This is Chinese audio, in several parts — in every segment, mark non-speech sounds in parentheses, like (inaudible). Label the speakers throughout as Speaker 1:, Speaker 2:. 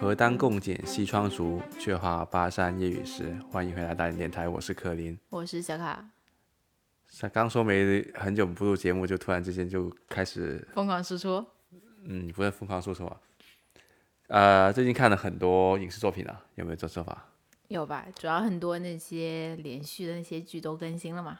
Speaker 1: 何当共剪西窗烛，却话巴山夜雨时。欢迎回来大连电台，我是柯林。
Speaker 2: 我是小卡，
Speaker 1: 像刚说没很久不录节目，就突然之间就开始，
Speaker 2: 疯狂输出。
Speaker 1: 嗯，不是疯狂说什么。呃，最近看了很多影视作品啊，有没有这说法？
Speaker 2: 有吧？主要很多那些连续的那些剧都更新了嘛。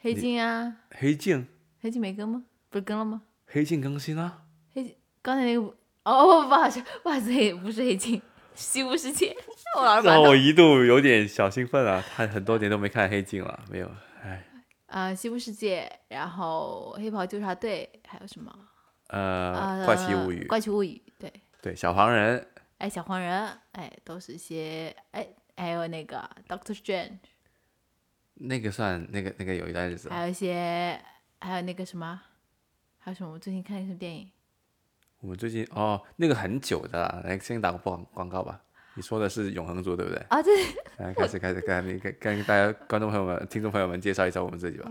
Speaker 2: 黑镜啊，
Speaker 1: 黑镜，
Speaker 2: 黑镜没更吗？不是更了吗？
Speaker 1: 黑镜更新啊了。
Speaker 2: 刚才那个不哦，不好意思，不好意思，黑不是黑镜，《 (laughs) 西部世界》 (laughs) 我老是把
Speaker 1: 让
Speaker 2: 它
Speaker 1: 我一度有点小兴奋 (laughs) 啊，看很多年都没看黑镜了，没有，哎，
Speaker 2: 啊，《西部世界》，然后《黑袍纠察队》，还有什么？
Speaker 1: 呃，
Speaker 2: 呃，
Speaker 1: 怪奇物语，
Speaker 2: 怪奇物语，对，
Speaker 1: 对，小黄人，
Speaker 2: 哎，小黄人，哎，都是一些哎，还有那个 Doctor Strange，
Speaker 1: 那个算那个那个有一段日子了，
Speaker 2: 还有一些，还有那个什么，还有什么？我最近看了一部电影。
Speaker 1: 我们最近哦，那个很久的了，来先打个广广告吧。你说的是永恒族对不对？
Speaker 2: 啊，对， (laughs)
Speaker 1: 来开始开始跟跟跟大家观众朋友们、听众朋友们介绍一下我们自己吧。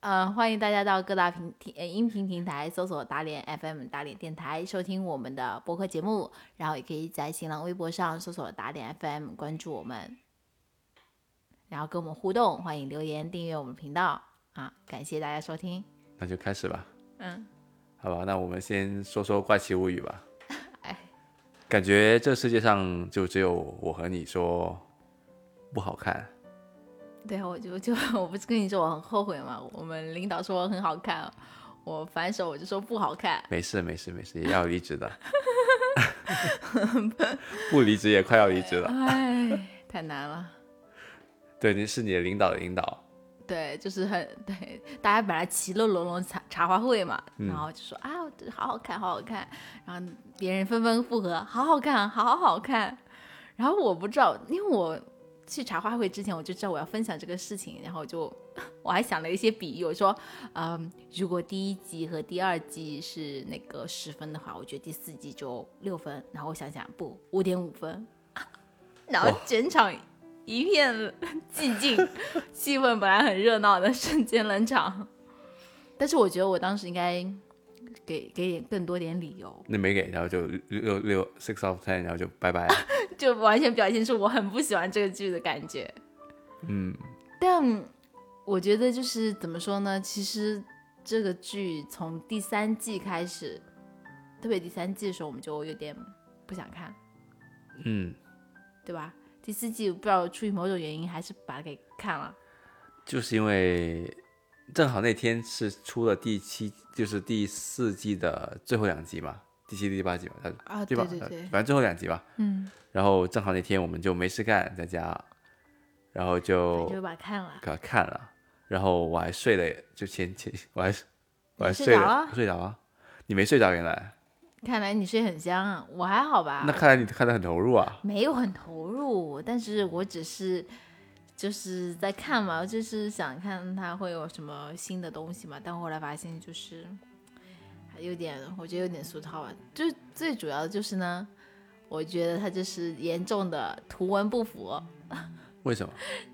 Speaker 2: 嗯、欢迎大家到各大平平呃音频平台搜索“打脸 FM” 打脸电台收听我们的播客节目，然后也可以在新浪微博上搜索“打脸 FM” 关注我们，然后跟我们互动，欢迎留言订阅我们频道啊！感谢大家收听，
Speaker 1: 那就开始吧，
Speaker 2: 嗯，
Speaker 1: 好吧？那我们先说说怪奇物语吧。
Speaker 2: 哎，
Speaker 1: 感觉这世界上就只有我和你说不好看。
Speaker 2: 对啊，我就就我不是跟你说我很后悔吗？我们领导说我很好看，啊我反手我就说不好看，
Speaker 1: 没事没事没事，也要离职的， (laughs) 不离职也快要离职了。
Speaker 2: 哎，太难了。
Speaker 1: 对，你是你的领导的领导，
Speaker 2: 对，就是很对，大家本来其乐融融茶茶话会嘛，
Speaker 1: 嗯
Speaker 2: 然后就说啊，这好好看，好好看，然后别人纷纷附和，好好看，好好看。然后我不知道，因为我去茶话会之前我就知道我要分享这个事情，然后我就 (laughs) 我还想了一些比喻，我说，嗯，如果第一集和第二季是那个十分的话，我觉得第四季就六分，然后我想想不，五点五分， (laughs) 然后
Speaker 1: 哇
Speaker 2: 整场一片 (laughs) 寂静。气氛本来很热闹的，瞬间冷场。 (laughs) 但是我觉得我当时应该给给点更多点理由，
Speaker 1: 那没给，然后就六六 six of ten，然后就拜拜了。
Speaker 2: 就完全表现出我很不喜欢这个剧的感觉。
Speaker 1: 嗯，
Speaker 2: 但我觉得就是怎么说呢？其实这个剧从第三季开始，特别第三季的时候，我们就有点不想看，
Speaker 1: 嗯，
Speaker 2: 对吧？第四季不知道出于某种原因，还是把它给看了。
Speaker 1: 就是因为正好那天是出了第七，就是第四季的最后两集嘛，第七、第八集嘛，呃
Speaker 2: 啊
Speaker 1: 吧？
Speaker 2: 对对对
Speaker 1: 呃反正最后两集吧。
Speaker 2: 嗯，
Speaker 1: 然后正好那天我们就没事干，在家，然后就
Speaker 2: 就把它看了。
Speaker 1: 给他看了，然后我还睡了，就前前我还我还
Speaker 2: 你睡
Speaker 1: 睡
Speaker 2: 着
Speaker 1: 了
Speaker 2: 了，
Speaker 1: 我睡着啊，你没睡着原来，
Speaker 2: 看来你睡很香啊，我还好吧？
Speaker 1: 那看来你看得很投入啊，
Speaker 2: 没有很投入，但是我只是就是在看嘛，就是想看它会有什么新的东西嘛。但后来发现就是还有点，我觉得有点俗套啊。就是最主要的就是呢，我觉得它就是严重的图文不符。
Speaker 1: 为什么？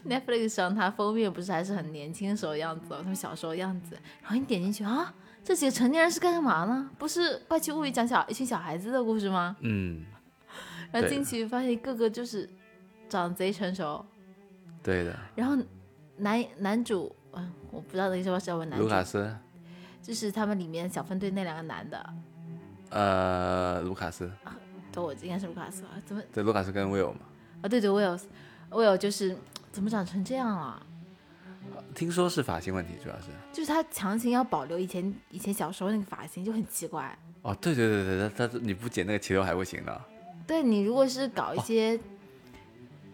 Speaker 2: Netflix 上它封面不是还是很年轻时候的样子、哦，他们小时候的样子。然后你点进去啊，这几个成年人是干嘛呢？不是《怪奇物语》讲小一群小孩子的故事吗？
Speaker 1: 嗯，
Speaker 2: 然后
Speaker 1: 对
Speaker 2: 进
Speaker 1: 的
Speaker 2: 去发现个个就是长得贼成熟，
Speaker 1: 嗯对的，
Speaker 2: 然后男男主，嗯，我不知道那个叫什么男
Speaker 1: 卢
Speaker 2: 主
Speaker 1: 卡，斯，
Speaker 2: 就是他们里面小分队那两个男的，
Speaker 1: 呃，卢卡斯，
Speaker 2: 对，我应该是卢卡斯吧？怎么
Speaker 1: 对，卢卡斯跟 Will 嘛，
Speaker 2: 啊？对对，Will，Will 就是怎么长成这样了？
Speaker 1: 听说是发型问题，主要是，
Speaker 2: 就是他强行要保留以前以前小时候那个发型，就很奇怪。
Speaker 1: 哦，对对对对，他他你不剪那个齐刘海不行的，
Speaker 2: 对你如果是搞
Speaker 1: 哦
Speaker 2: 一些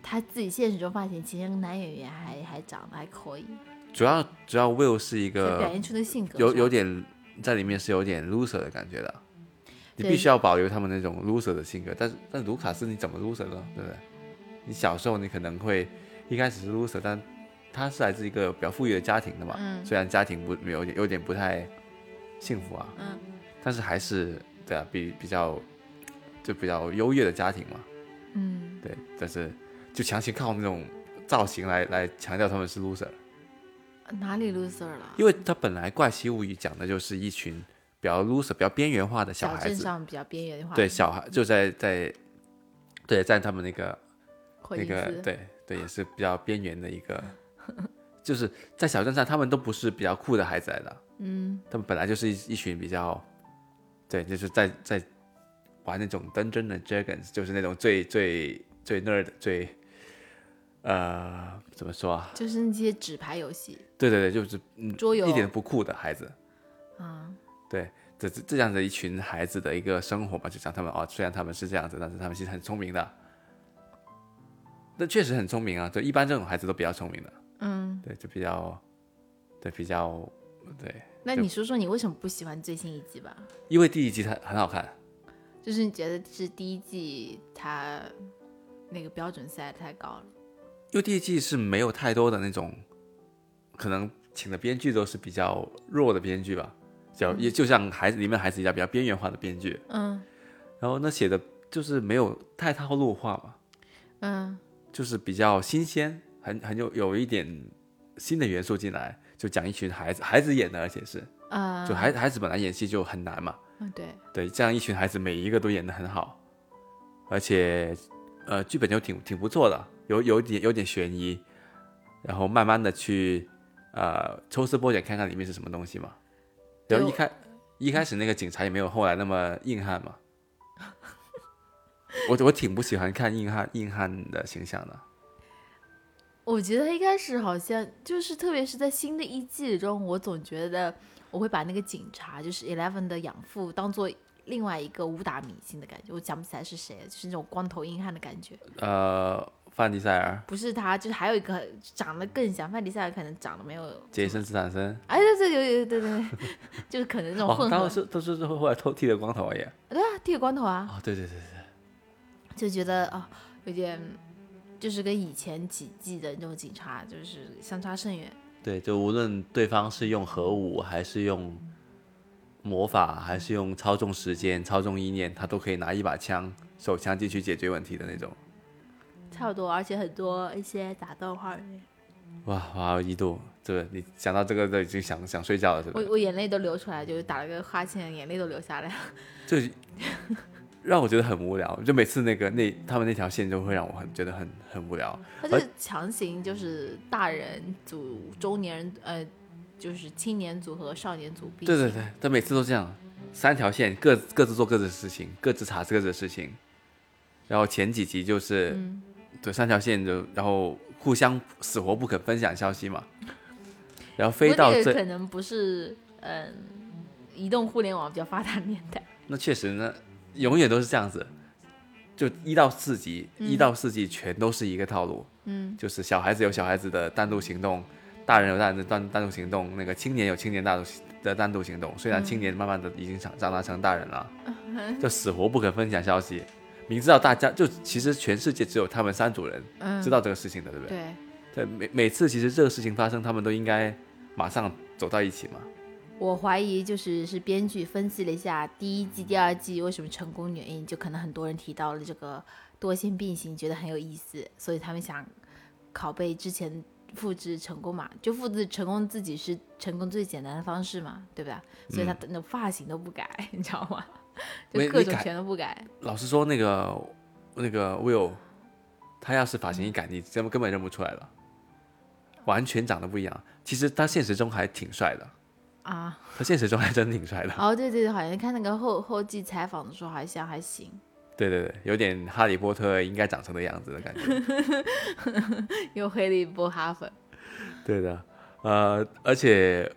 Speaker 2: 他自己现实中发型，其实男演员还还长得还可以，
Speaker 1: 主要主要 Will 是一
Speaker 2: 就表
Speaker 1: 个
Speaker 2: 现出那个性格
Speaker 1: 呃有
Speaker 2: 上
Speaker 1: 有点在里面是有点 loser 的感觉的。你
Speaker 2: 对
Speaker 1: 必须要保留他们那种 loser 的性格，但是但卢卡斯你怎么 loser 呢？对不对？你小时候你可能会一开始是 loser，但他是来自一个比较富裕的家庭的嘛，
Speaker 2: 嗯
Speaker 1: 虽然家庭不有点有点不太幸福啊，
Speaker 2: 嗯，
Speaker 1: 但是还是对啊，比比较就比较优越的家庭嘛，
Speaker 2: 嗯。
Speaker 1: 对，但是就强行靠那种造型来来强调他们是 loser，
Speaker 2: 哪里 loser 了？
Speaker 1: 因为他本来《怪奇物语》讲的就是一群比较 loser、比较边缘化的小
Speaker 2: 小
Speaker 1: 孩
Speaker 2: 镇
Speaker 1: 子，
Speaker 2: 上比较边缘化，
Speaker 1: 对，小孩就在在对在他们那个
Speaker 2: 霍
Speaker 1: 那
Speaker 2: 因
Speaker 1: 个
Speaker 2: 斯，
Speaker 1: 对对，也是比较边缘的一个，就是在小镇上，他们都不是比较酷的孩子来的，嗯，他们本来就是一一群比较，对，就是在在玩那种 Dungeon and Dragons，就是那种最最最 nerd 最，呃，怎么说啊？
Speaker 2: 就是那些纸牌游戏、
Speaker 1: 对对对，就是嗯，
Speaker 2: 桌游
Speaker 1: 一点都不酷的孩子，啊，对，这这这样的一群孩子的一个生活吧，就像他们哦，虽然他们是这样子，但是他们其实很聪明的，那确实很聪明啊，就一般这种孩子都比较聪明的，嗯，对，就比较，对比较，对，
Speaker 2: 那你说说你为什么不喜欢最新一季吧？
Speaker 1: 因为第一集它很好看，
Speaker 2: 就是你觉得是第一季它那个标准赛太高了，
Speaker 1: 因为第一季是没有太多的那种，可能请的编剧都是比较弱的编剧吧，就也就像孩子里面孩子一样，比较边缘化的编剧。
Speaker 2: 嗯
Speaker 1: 然后那写的就是没有太套路化嘛，
Speaker 2: 嗯
Speaker 1: 就是比较新鲜，很很有有一点新的元素进来，就讲一群孩子，孩子演的，而且是
Speaker 2: 啊，
Speaker 1: 就孩孩子本来演戏就很难嘛，
Speaker 2: 嗯对，
Speaker 1: 对，这样一群孩子每一个都演得很好，而且呃剧本又挺挺不错的，有有点有点悬疑，然后慢慢的去呃抽丝剥茧看看里面是什么东西嘛，然后一
Speaker 2: 对
Speaker 1: 开一开始那个警察也没有后来那么硬汉嘛，我我挺不喜欢看硬汉硬汉的形象的，
Speaker 2: 我觉得一开始好像就是，特别是在新的一季中，我总觉得我会把那个警察，就是 Eleven 的养父，当做另外一个武打明星的感觉。我想不起来是谁，就是那种光头硬汉的感觉。
Speaker 1: 呃，范迪塞尔、
Speaker 2: 不是他，就是还有一个长得更像范迪塞尔，可能长得没有，
Speaker 1: 杰森斯坦森，
Speaker 2: 哎，对对对对对 (laughs) 对，就是可能那种
Speaker 1: 哦，
Speaker 2: 混
Speaker 1: 他
Speaker 2: 合。
Speaker 1: 们是都是后来偷剃的光头而已，
Speaker 2: 对啊，剃个光头啊，
Speaker 1: 哦，对对对对，
Speaker 2: 就觉得啊、有点就是跟以前几季的那种警察就是相差甚远。
Speaker 1: 对，就无论对方是用核武，还是用魔法，还是用操纵时间、操纵意念，他都可以拿一把枪、手枪进去解决问题的那种。
Speaker 2: 差不多，而且很多一些打斗画面，
Speaker 1: 哇哇！一度，对你想到这个都已经想想睡觉了，是吧
Speaker 2: 我？我眼泪都流出来，就是打了个哈欠，眼泪都流下来 (laughs) 了。
Speaker 1: 就让我觉得很无聊，就每次那个那他们那条线就会让我很觉得很很无聊。
Speaker 2: 他就是强行就是大人组、中年人呃，就是青年组和少年组并
Speaker 1: 对对
Speaker 2: 行
Speaker 1: 对，他每次都这样，三条线各各自做各自的事情，各自查各自的事情。然后前几集就是，
Speaker 2: 嗯
Speaker 1: 对三条线就然后互相死活不肯分享消息嘛，然后
Speaker 2: 不
Speaker 1: 飞
Speaker 2: 过
Speaker 1: 到
Speaker 2: 那个
Speaker 1: 最
Speaker 2: 可能不是嗯、移动互联网比较发达的年代，
Speaker 1: 那确实呢，永远都是这样子，就一到四集，一、到四季全都是一个套路，嗯，就是小孩子有小孩子的单独行动，大人有大人的单单独行动，那个青年有青年单独的单独行动。虽然青年慢慢的已经长长大成大人了，就死活不肯分享消息，明知道大家就其实全世界只有他们三组人
Speaker 2: 嗯
Speaker 1: 知道这个事情的，对不对？
Speaker 2: 对。
Speaker 1: 对，每每次其实这个事情发生，他们都应该马上走到一起嘛。
Speaker 2: 我怀疑就是是编剧分析了一下第一季、第二季为什么成功原因，就可能很多人提到了这个多线并行，觉得很有意思，所以他们想拷贝之前复制成功嘛，就复制成功自己是成功最简单的方式嘛，对吧？所以他的那发型都不改， (laughs) 你知道吗？就
Speaker 1: 没
Speaker 2: 各
Speaker 1: 你
Speaker 2: 种
Speaker 1: 改
Speaker 2: 全都不改，
Speaker 1: 老实说，那个那个 Will，他要是发型一改，你根本根本认不出来了，完全长得不一样。其实他现实中还挺帅的，
Speaker 2: 啊。
Speaker 1: 他现实中还真挺帅的。 (laughs)
Speaker 2: 哦，对对对，好像看那个后后记采访的时候，好像还行，
Speaker 1: 对对对，有点哈利波特应该长成的样子的感觉。
Speaker 2: 又黑了一波哈粉。
Speaker 1: 对的，呃，而且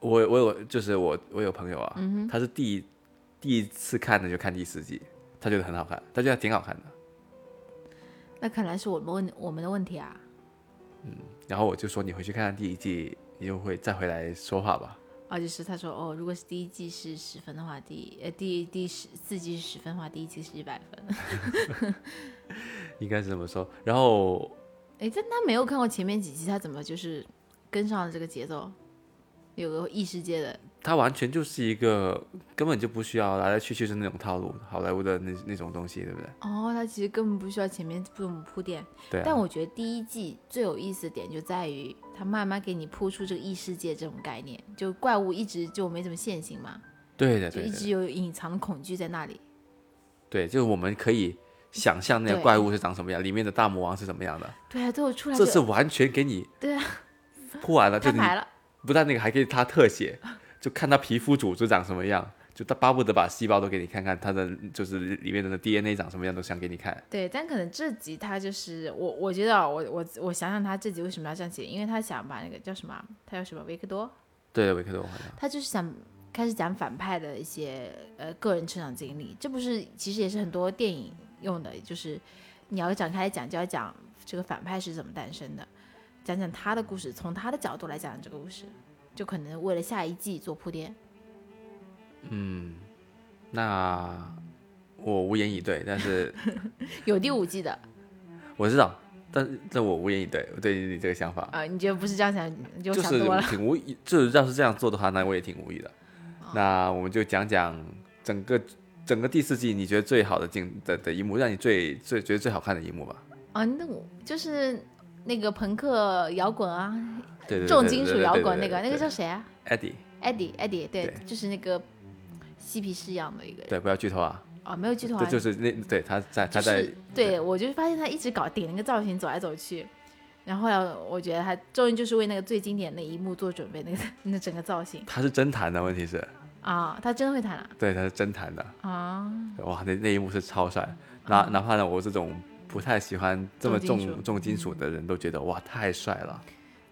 Speaker 1: 我我有就是我我有朋友啊，他是第一第一次看的就看第四季，他觉得很好看，他觉得挺好看的。
Speaker 2: 那看来是我们问我们的问题啊。
Speaker 1: 然后我就说你回去看看第一季，你就会再回来说话吧。
Speaker 2: 啊，就是他说哦，如果是第一季是十分的话，第呃第第十四季是十分的话，第一季是一百分。 (laughs)
Speaker 1: 应该是这么说。然后
Speaker 2: 哎，但他没有看过前面几季，他怎么就是跟上了这个节奏？有个异世界的
Speaker 1: 它完全就是一个根本就不需要来来去去是那种套路，好莱坞的那那种东西，对不对？
Speaker 2: 哦，它其实根本不需要前面这种铺垫。
Speaker 1: 对、啊。
Speaker 2: 但我觉得第一季最有意思的点就在于，它慢慢给你铺出这个异世界这种概念，就怪物一直就没怎么现形嘛，
Speaker 1: 对的，
Speaker 2: 就
Speaker 1: 对
Speaker 2: 一
Speaker 1: 的，
Speaker 2: 直有隐藏的恐惧在那里。
Speaker 1: 对，就是我们可以想象那个
Speaker 2: 对
Speaker 1: 怪物是长什么样，里面的大魔王是什么样的，
Speaker 2: 对啊，最后出来
Speaker 1: 这
Speaker 2: 就
Speaker 1: 次完全给你
Speaker 2: 对啊，
Speaker 1: 铺
Speaker 2: (laughs)
Speaker 1: 完了，就
Speaker 2: 摊
Speaker 1: 你
Speaker 2: 牌了。
Speaker 1: 不但那个还可以他特写，就看他皮肤组织长什么样，就他巴不得把细胞都给你看看，他的就是里面的 DNA 长什么样都想给你看。
Speaker 2: 对，但可能这集他就是我，我觉得啊我我我想想他这集为什么要这样写，因为他想把那个叫什么啊，他叫什么维克多，
Speaker 1: 对，维克多，我好像
Speaker 2: 他就是想开始讲反派的一些呃个人成长经历，这不是其实也是很多电影用的，就是你要展开来讲，就要讲这个反派是怎么诞生的，讲讲他的故事，从他的角度来讲这个故事，就可能为了下一季做铺垫。
Speaker 1: 那我无言以对，但是
Speaker 2: 有第五季的
Speaker 1: 我知道，但但我无言以对，我对你这个想法
Speaker 2: 啊、你觉得不是这样想，你就
Speaker 1: 就
Speaker 2: 想
Speaker 1: 是
Speaker 2: 多了。
Speaker 1: 挺无语。就是要是这样做的话，那我也挺无语的。
Speaker 2: 哦
Speaker 1: 那我们就讲讲整个整个第四季，你觉得最好的镜的的一幕，让你最最觉得最好看的一幕吧？
Speaker 2: 啊，那我就是那个朋克摇滚啊，
Speaker 1: 对对对对
Speaker 2: 重
Speaker 1: 对
Speaker 2: 金
Speaker 1: 对
Speaker 2: 属
Speaker 1: 对
Speaker 2: 摇
Speaker 1: 对
Speaker 2: 滚那
Speaker 1: 对
Speaker 2: 个，那
Speaker 1: 对
Speaker 2: 个叫谁啊
Speaker 1: Eddie，
Speaker 2: ？Eddie，Eddie，对
Speaker 1: 对，
Speaker 2: 就是那个嬉皮士一样的一个人。
Speaker 1: 对，不要剧透啊。
Speaker 2: 哦，没有剧透啊，
Speaker 1: 这就是那对他在他
Speaker 2: 就
Speaker 1: 在
Speaker 2: 是对我就发现他一直搞顶那个造型走来走去，然后后来我觉得他终于就是为那个最经典那一幕做准备，那个那整个造型
Speaker 1: 他是真弹的，问题是
Speaker 2: 啊，他真会弹啊
Speaker 1: 对他是真弹的，
Speaker 2: 啊！
Speaker 1: 哇，那那一幕是超帅。哪哪怕呢，我这种不太喜欢这么
Speaker 2: 嗯重金
Speaker 1: 重
Speaker 2: 属
Speaker 1: 重金属的人都觉得哇太帅了。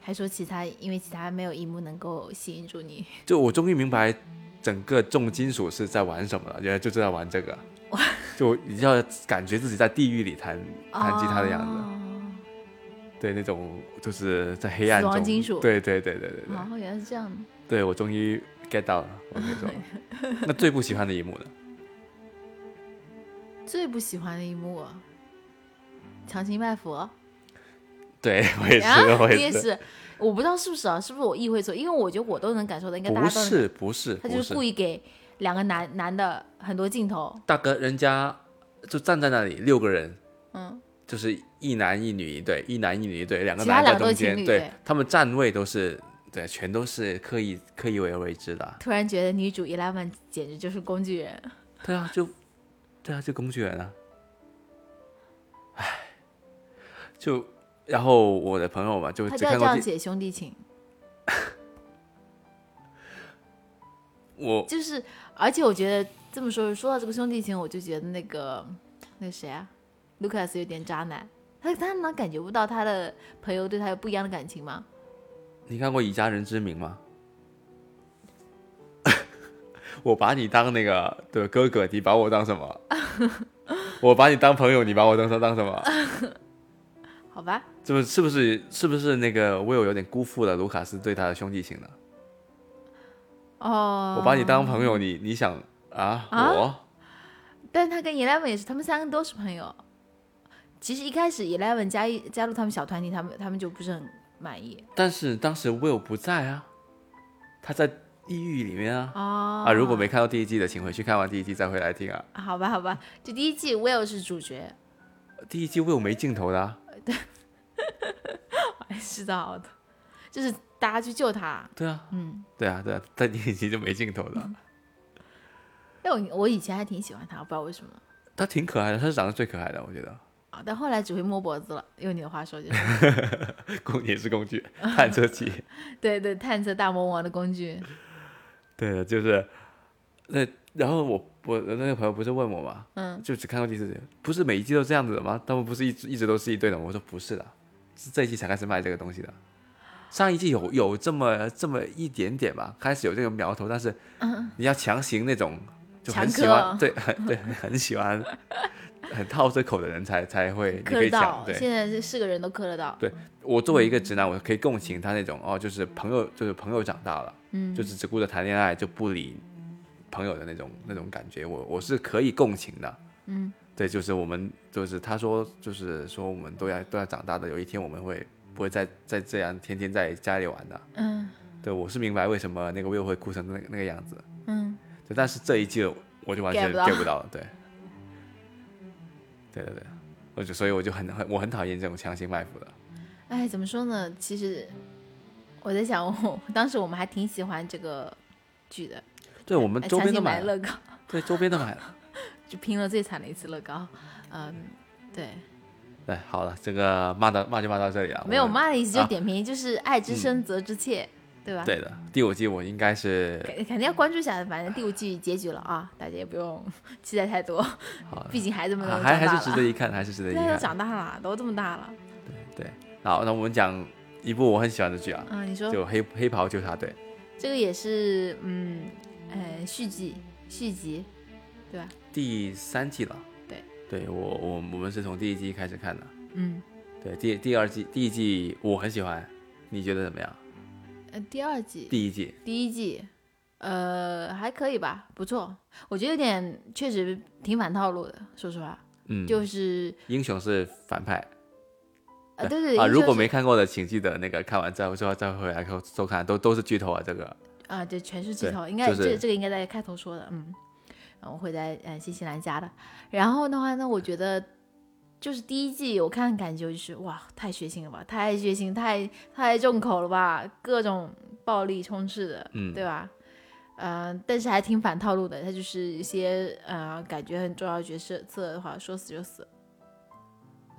Speaker 2: 还说其他，因为其他没有一幕能够吸引住你，
Speaker 1: 就我终于明白整个重金属是在玩什么了，原来就是在玩这
Speaker 2: (laughs)
Speaker 1: 个。就你要感觉自己在地狱里弹弹吉他的样子，
Speaker 2: 哦
Speaker 1: 对那种就是在黑暗
Speaker 2: 死
Speaker 1: 中，
Speaker 2: 亡金属
Speaker 1: 对对对对对对，
Speaker 2: 哦，原来是这样的。
Speaker 1: 对我终于 get 到了，我跟你说，
Speaker 2: (laughs)
Speaker 1: 那最不喜欢的一幕呢？
Speaker 2: 最不喜欢的一幕啊，强行拜佛。
Speaker 1: 对我也是，
Speaker 2: (laughs) 啊，
Speaker 1: 我
Speaker 2: 你也是，我不知道是不是啊，是不是我意会错？因为我觉得我都能感受到，应该大
Speaker 1: 不
Speaker 2: 家都能。
Speaker 1: 是不是
Speaker 2: 他
Speaker 1: 不
Speaker 2: 就是
Speaker 1: 是
Speaker 2: 故，意给两个男男的很多镜头，
Speaker 1: 大哥，人家就站在那里六个人，
Speaker 2: 嗯，
Speaker 1: 就是一男一女一对，一男一女一对，两个
Speaker 2: 其他
Speaker 1: 男在
Speaker 2: 两个都
Speaker 1: 中
Speaker 2: 是情
Speaker 1: 间，
Speaker 2: 侣
Speaker 1: 对
Speaker 2: 对
Speaker 1: 他们站位都是对，全都是刻意刻意为而为之的。啊
Speaker 2: 突然觉得女主 Eleven 简直就是工具人。
Speaker 1: 对啊，就对啊，就工具人啊。唉，就然后我的朋友嘛，就
Speaker 2: 他
Speaker 1: 只
Speaker 2: 就要
Speaker 1: 看
Speaker 2: 这
Speaker 1: 过
Speaker 2: 样
Speaker 1: 第
Speaker 2: 写兄弟情，
Speaker 1: 我
Speaker 2: 就是而且我觉得这么说，说到这个兄弟情，我就觉得那个那个谁啊，Lucas 有点渣男。他他能感觉不到他的朋友对他有不一样的感情吗？
Speaker 1: 你看过《以家人之名》吗？ (laughs) 我把你当那个对哥哥，你把我当什么？ (laughs) 我把你当朋友，你把我当当当什么？
Speaker 2: 好吧，
Speaker 1: 这不是不是是不是那个 Will 有点辜负了卢卡斯对他的兄弟情呢？
Speaker 2: 哦，
Speaker 1: 我把你当朋友，你你想啊
Speaker 2: 啊
Speaker 1: 我？
Speaker 2: 但他跟 Eleven 也是，他们三个都是朋友。其实一开始 Eleven 加一加入他们小团体，他们他们就不是很满意
Speaker 1: 但是当时 Will 不在啊，他在地狱里面啊、
Speaker 2: 哦
Speaker 1: 啊！如果没看到第一季的，请回去看完第一季再回来听啊。
Speaker 2: 好吧，好吧，就第一季 Will 是主角，
Speaker 1: 第一季 Will 没镜头的、啊，
Speaker 2: 知道的，就是大家去救他。
Speaker 1: 对啊，嗯，对啊，对啊，在第一季就没镜头
Speaker 2: (laughs)
Speaker 1: 的啊、
Speaker 2: 但我我以前还挺喜欢他，我不知道为什么
Speaker 1: 他挺可爱的，他是长得最可爱的，我觉得。 (laughs)
Speaker 2: 啊，但后来只会摸脖子了。用你的话说就是， (laughs)
Speaker 1: 工也是工具，探测器。
Speaker 2: 对对，探测大魔王的工具。
Speaker 1: 对的，就是那然后我我那个朋友不是问我嘛，
Speaker 2: 嗯，
Speaker 1: 就只看过第四集，不是每一季都这样子的吗？他们不是一直一直都是一对的吗？我说不是的，是这一季才开始卖这个东西的。上一季有有这么这么一点点吧，开始有这个苗头，但是你要强行那种就很
Speaker 2: 嗯强
Speaker 1: 喜欢，
Speaker 2: 磕
Speaker 1: 对对，很喜欢，很套这口的人才才会你
Speaker 2: 磕
Speaker 1: 可以
Speaker 2: 得
Speaker 1: 讲
Speaker 2: 到，
Speaker 1: 对。
Speaker 2: 现嗯在是是个人都磕得到。
Speaker 1: 我作为一个直男，我可以共情他那种哦，就是朋友，就是朋友长大了，嗯，就是只顾着谈恋爱就不理朋友的那种那种感觉，我我是可以共情的，嗯，对，就是我们就是他说就是说我们都要都要长大的，有一天我们会不会再再这样天天在家里玩的，
Speaker 2: 嗯，
Speaker 1: 对，我是明白为什么那个 Will 会哭成那个那个样子，
Speaker 2: 嗯，
Speaker 1: 对，但是这一季我就完
Speaker 2: get
Speaker 1: 全
Speaker 2: 不到
Speaker 1: get 不到了，对，对对对，我就所以我就很很我很讨厌这种强行卖腐的，
Speaker 2: 哎，怎么说呢？其实我在想，我当时我们还挺喜欢这个剧的，
Speaker 1: 对我们
Speaker 2: 哎
Speaker 1: 周
Speaker 2: 强
Speaker 1: 边都
Speaker 2: 行
Speaker 1: 买
Speaker 2: 买
Speaker 1: 了，
Speaker 2: 乐高，
Speaker 1: 对周边都买了，
Speaker 2: 就拼了最惨的一次乐高。嗯，对，
Speaker 1: 对，好了，这个骂到骂就骂到这里了，
Speaker 2: 没有
Speaker 1: 我们，
Speaker 2: 骂的意思，就
Speaker 1: 啊嗯
Speaker 2: 点评，就是爱之深责之切，对吧？
Speaker 1: 对的，第五季我应该是
Speaker 2: 肯肯定要关注一下，反正第五季结局了啊，大家也不用 (laughs) 期待太多，
Speaker 1: 好，
Speaker 2: 毕竟孩子们都
Speaker 1: 啊
Speaker 2: 长
Speaker 1: 还
Speaker 2: 大
Speaker 1: 还是值
Speaker 2: 了，
Speaker 1: 得一看，还是值得一
Speaker 2: 对，都
Speaker 1: 看，
Speaker 2: 长大了，都这么大了。
Speaker 1: 对，好，那我们讲一部我很喜欢的剧啊，
Speaker 2: 嗯，你说
Speaker 1: 就黑黑袍纠察队，
Speaker 2: 这个也是，嗯，呃，续集，续集，对吧？
Speaker 1: 第三季了，
Speaker 2: 对，
Speaker 1: 对我我我们是从第一季开始看的。
Speaker 2: 嗯，
Speaker 1: 对，第第二季第一季我很喜欢，你觉得怎么样？
Speaker 2: 呃，第二季，
Speaker 1: 第一季
Speaker 2: 第一季，呃，还可以吧，不错。我觉得有点确实挺反套路的，说实话，
Speaker 1: 嗯，
Speaker 2: 就是
Speaker 1: 英雄是反派
Speaker 2: 呃，对对对，
Speaker 1: 啊，
Speaker 2: 就
Speaker 1: 如果
Speaker 2: 是
Speaker 1: 没看过的，请记得那个看完之后之后再回来收收看，都都是剧透啊，这个
Speaker 2: 啊，对，全是剧
Speaker 1: 对
Speaker 2: 透，应该、
Speaker 1: 就是
Speaker 2: 这这个应该在开头说的，嗯，呃我会在呃新西兰加的。然后的话呢，我觉得就是第一季我看感觉就是哇，太血腥了吧，太血腥，太太重口了吧，各种暴力充斥的，
Speaker 1: 嗯
Speaker 2: 对吧？嗯、但是还挺反套路的，它就是一些呃感觉很重要的角色色的话，说死就死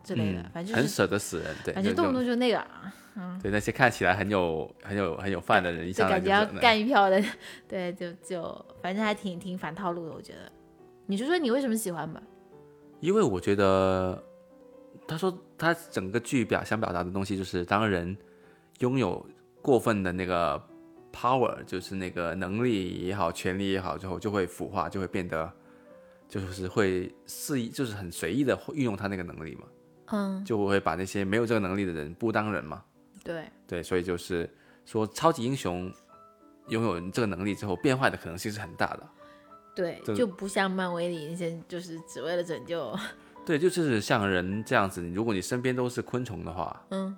Speaker 2: 之类的，
Speaker 1: 嗯
Speaker 2: 反正就
Speaker 1: 很
Speaker 2: 是
Speaker 1: 舍得死人，对，
Speaker 2: 反
Speaker 1: 就
Speaker 2: 正动不
Speaker 1: 就
Speaker 2: 动就那个，
Speaker 1: 对那些看起来很有很有很有范的人，一
Speaker 2: 就
Speaker 1: 上来
Speaker 2: 感
Speaker 1: 就
Speaker 2: 觉要
Speaker 1: 是那
Speaker 2: 干一票的，对，就就反正还挺挺反套路的，我觉得。你就说你为什么喜欢吧？
Speaker 1: 因为我觉得，他说他整个剧表想表达的东西就是，当人拥有过分的那个 power，就是那个能力也好、权力也好之后，就会腐化，就会变得就是会肆意，就是很随意的运用他那个能力嘛，
Speaker 2: 嗯，
Speaker 1: 就会把那些没有这个能力的人不当人嘛。
Speaker 2: 对，
Speaker 1: 对，所以就是说，超级英雄拥有这个能力之后，变坏的可能性是很大的。
Speaker 2: 对，
Speaker 1: 这
Speaker 2: 就不像漫威里那些就是只为了拯救，
Speaker 1: 对，就是像人这样子，如果你身边都是昆虫的话，
Speaker 2: 嗯，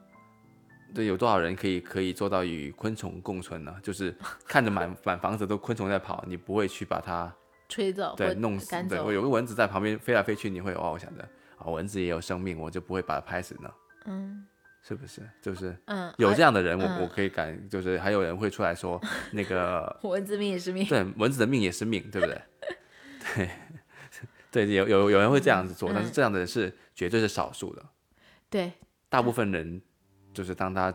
Speaker 1: 对，有多少人可以可以做到与昆虫共存呢？就是看着
Speaker 2: (laughs)
Speaker 1: 满满房子都昆虫在跑，你不会去把它
Speaker 2: 吹走或
Speaker 1: 对弄死
Speaker 2: 哦赶。
Speaker 1: 对，
Speaker 2: 走
Speaker 1: 我，有个蚊子在旁边飞来飞去，你会哦，我想着啊，蚊子也有生命，我就不会把它拍死呢，
Speaker 2: 嗯
Speaker 1: 是不是？就是
Speaker 2: 嗯，
Speaker 1: 有
Speaker 2: 啊
Speaker 1: 这样的人，我、
Speaker 2: 嗯
Speaker 1: 我可以感，就是还有人会出来
Speaker 2: (laughs)
Speaker 1: 说那个，
Speaker 2: 文字命也是命，
Speaker 1: 对，蚊子的命也是命，对不
Speaker 2: (laughs)
Speaker 1: 对？ (laughs) 对，对，有有有人会这样子做，但是
Speaker 2: 嗯
Speaker 1: 这样的人是绝对是少数的。
Speaker 2: 对
Speaker 1: 大部分人就是当他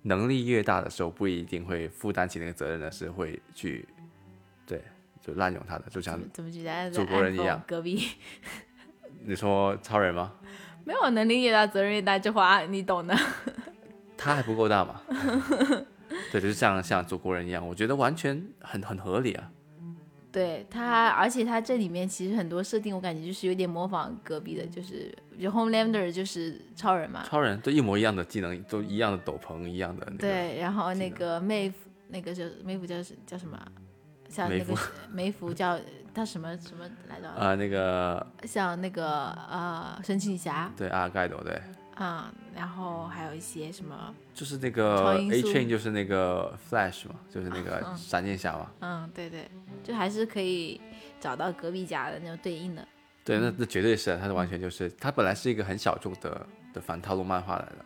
Speaker 1: 能力越大的时候，不一定会负担起那个责任的，是会去对就滥用他的。就像
Speaker 2: 怎么怎么觉得
Speaker 1: 祖国人一样
Speaker 2: 隔壁
Speaker 1: 你说超人
Speaker 2: (laughs)
Speaker 1: 吗？
Speaker 2: 没有啊能力越大责任越大，这话你懂的。
Speaker 1: 他还不够大嘛？对，就是像像祖国人一样，我觉得完全很很合理啊。
Speaker 2: 对他，而且他这里面其实很多设定，我感觉就是有点模仿隔壁的，就是就 Homelander 就是超人嘛，
Speaker 1: 超人都一模一样的技能，都一样的斗篷，一样的那个。
Speaker 2: 对，然后
Speaker 1: 技
Speaker 2: 那
Speaker 1: 能
Speaker 2: 个妹夫，那个叫妹夫叫是叫什么啊？像
Speaker 1: 梅
Speaker 2: 那个
Speaker 1: 芙
Speaker 2: 是梅芙叫他什么什么来着？
Speaker 1: 啊、那个
Speaker 2: 像那个呃神奇女侠
Speaker 1: 对阿尔盖朵，对，
Speaker 2: 啊、然后还有一些什么
Speaker 1: 就是那个
Speaker 2: 超
Speaker 1: A
Speaker 2: 音速
Speaker 1: Chain，就是那个 Flash 嘛，就是那
Speaker 2: 啊
Speaker 1: 个
Speaker 2: 嗯
Speaker 1: 闪电侠嘛。
Speaker 2: 嗯，对对，就还是可以找到隔壁家的那种对应的。
Speaker 1: 对，
Speaker 2: 嗯
Speaker 1: 那那绝对是，他是完全就是，他本来是一个很小众的的反套路漫画来的，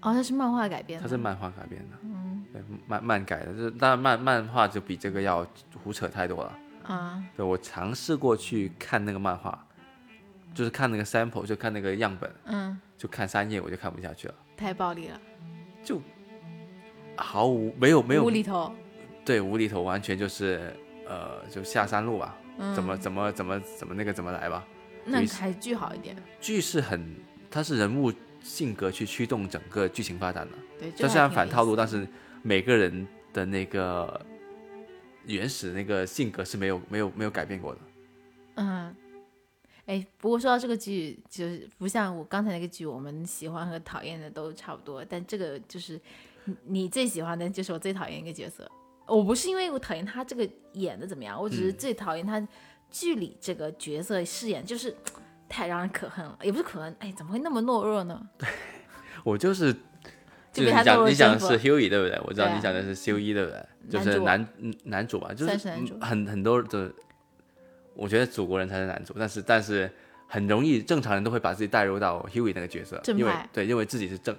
Speaker 2: 哦，它是漫画改编的，
Speaker 1: 它是漫画改编的，嗯，对，漫漫改的，就是但漫漫画就比这个要胡扯太多了。
Speaker 2: 啊，
Speaker 1: 对我尝试过去看那个漫画，就是看那个 sample，就看那个样本，
Speaker 2: 嗯，
Speaker 1: 就看三页我就看不下去了，
Speaker 2: 太暴力了，
Speaker 1: 就毫无没有没有
Speaker 2: 无厘头，
Speaker 1: 对无厘头，完全就是呃就下山路吧，
Speaker 2: 嗯，
Speaker 1: 怎么怎么怎么怎么那个怎么来吧。
Speaker 2: 那
Speaker 1: 意
Speaker 2: 还是剧好一点？
Speaker 1: 剧是很，它是人物性格去驱动整个剧情发展的。
Speaker 2: 对，
Speaker 1: 它
Speaker 2: 这个
Speaker 1: 虽
Speaker 2: 还
Speaker 1: 然
Speaker 2: 挺有
Speaker 1: 反
Speaker 2: 意
Speaker 1: 套
Speaker 2: 思
Speaker 1: 路，
Speaker 2: 的
Speaker 1: 但是每个人的那个原始那个性格是没有没有没有改变过的。
Speaker 2: 嗯，哎，不过说到这个剧，就是不像我刚才那个剧，我们喜欢和讨厌的都差不多，但这个就是你你最喜欢的，就是我最讨厌一个角色。我不是因为我讨厌他这个演的怎么样，我只
Speaker 1: 嗯
Speaker 2: 是最讨厌他剧里这个角色饰演，就是太让人可恨了，也不是可恨，哎，怎么会那么懦弱呢？
Speaker 1: 我就是就
Speaker 2: 就是被
Speaker 1: 你
Speaker 2: 他堕
Speaker 1: 讲
Speaker 2: 入
Speaker 1: 你讲
Speaker 2: 征
Speaker 1: 的
Speaker 2: 服。
Speaker 1: 是 Hughie 对不对？我知道
Speaker 2: 对啊
Speaker 1: 你讲的是修一对不对？就
Speaker 2: 男
Speaker 1: 是
Speaker 2: 主
Speaker 1: 男嗯男主吧，就
Speaker 2: 算
Speaker 1: 是
Speaker 2: 是男主
Speaker 1: 嗯很很多的，我觉得祖国人才是男主，但是但是很容易正常人都会把自己带入到 Hughie 那个角色，
Speaker 2: 正
Speaker 1: 因为
Speaker 2: 派
Speaker 1: 对，因为自己是正，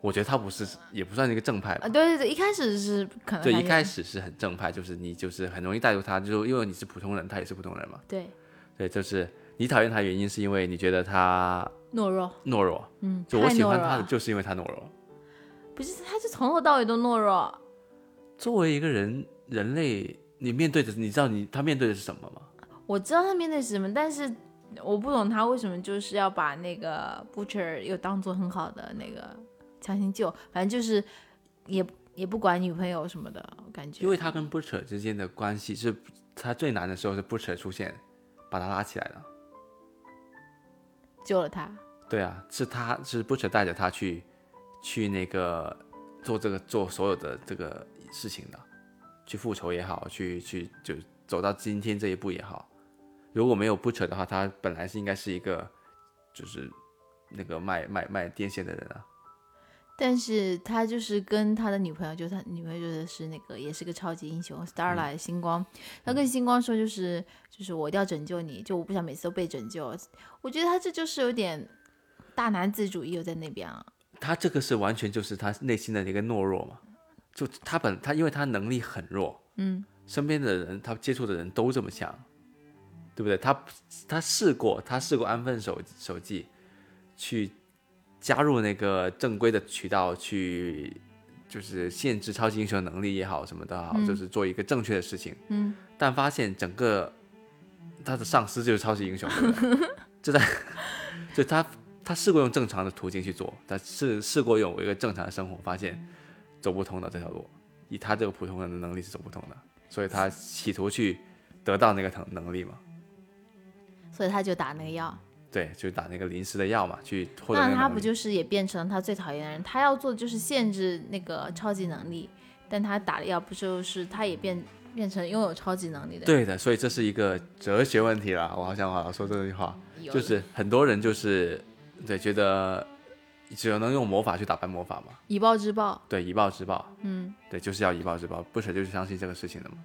Speaker 1: 我觉得他不是也不算是一个正派吧
Speaker 2: 啊，对对对，一开始是可 (laughs) 能
Speaker 1: 对，
Speaker 2: 还
Speaker 1: 一
Speaker 2: 是
Speaker 1: 开始是很正派，就是你就是很容易带入他，就是因为你是普通人，他也是普通人嘛。
Speaker 2: 对
Speaker 1: 对，就是你讨厌他的原因是因为你觉得他
Speaker 2: 懦弱，
Speaker 1: 懦弱，
Speaker 2: 嗯，
Speaker 1: 就我
Speaker 2: 太
Speaker 1: 喜
Speaker 2: 懦
Speaker 1: 欢
Speaker 2: 弱
Speaker 1: 他的
Speaker 2: 了
Speaker 1: 就是因为他懦弱。
Speaker 2: 不是，他就从头到尾都懦弱，
Speaker 1: 作为一个人，人类，你面对的，你知道你他面对的是什么吗？
Speaker 2: 我知道他面对是什么，但是我不懂他为什么就是要把那个 Butcher 又当做很好的那个强行救，反正就是也也不管女朋友什么的，我感觉。
Speaker 1: 因为他跟 Butcher 之间的关系是，他最难的时候是 Butcher 出现，把他拉起来的。
Speaker 2: 救了他，
Speaker 1: 对啊，是他是 Butcher 带着他去去那个做这个做所有的这个事情的，去复仇也好，去去就走到今天这一步也好。如果没有 Butcher 的话，他本来是应该是一个就是那个卖卖卖电线的人啊。
Speaker 2: 但是他就是跟他的女朋友，就是他女朋友就是是那个也是个超级英雄 Starlight
Speaker 1: 嗯
Speaker 2: 星光，他跟星光说就是就是我一定要拯救你，就我不想每次都被拯救。我觉得他这就是有点大男子主义又在那边啊，
Speaker 1: 他这个是完全就是他内心的一个懦弱嘛，就他本他因为他能力很弱，
Speaker 2: 嗯，
Speaker 1: 身边的人他接触的人都这么强，对不对？他他试过，他试过安分守守己，去加入那个正规的渠道去，就是限制超级英雄能力也好什么的好，
Speaker 2: 嗯
Speaker 1: 就是做一个正确的事情，
Speaker 2: 嗯，
Speaker 1: 但发现整个他的上司就是超级英雄，对不对 (laughs) 就在就他他试过用正常的途径去做，但试试过有一个正常的生活，发现走不通的这条路，以他这个普通人的能力是走不通的，所以他企图去得到那个能能力嘛，
Speaker 2: 所以他就打那个药。
Speaker 1: 对，就打那个临时的药嘛，去获得那
Speaker 2: 那
Speaker 1: 个
Speaker 2: 他
Speaker 1: 能
Speaker 2: 不
Speaker 1: 力。
Speaker 2: 就是也变成了他最讨厌的人？他要做的就是限制那个超级能力，但他打了药不就是他也变变成拥有超级能力的人？
Speaker 1: 对的，所以这是一个哲学问题了。我好像好像说这句话，
Speaker 2: 有
Speaker 1: 就
Speaker 2: 了
Speaker 1: 是很多人就是对觉得只能用魔法去打败魔法嘛，
Speaker 2: 以暴制暴，
Speaker 1: 对，以暴制暴，
Speaker 2: 嗯，
Speaker 1: 对，就是要以暴制暴，不是就是相信这个事情的嘛，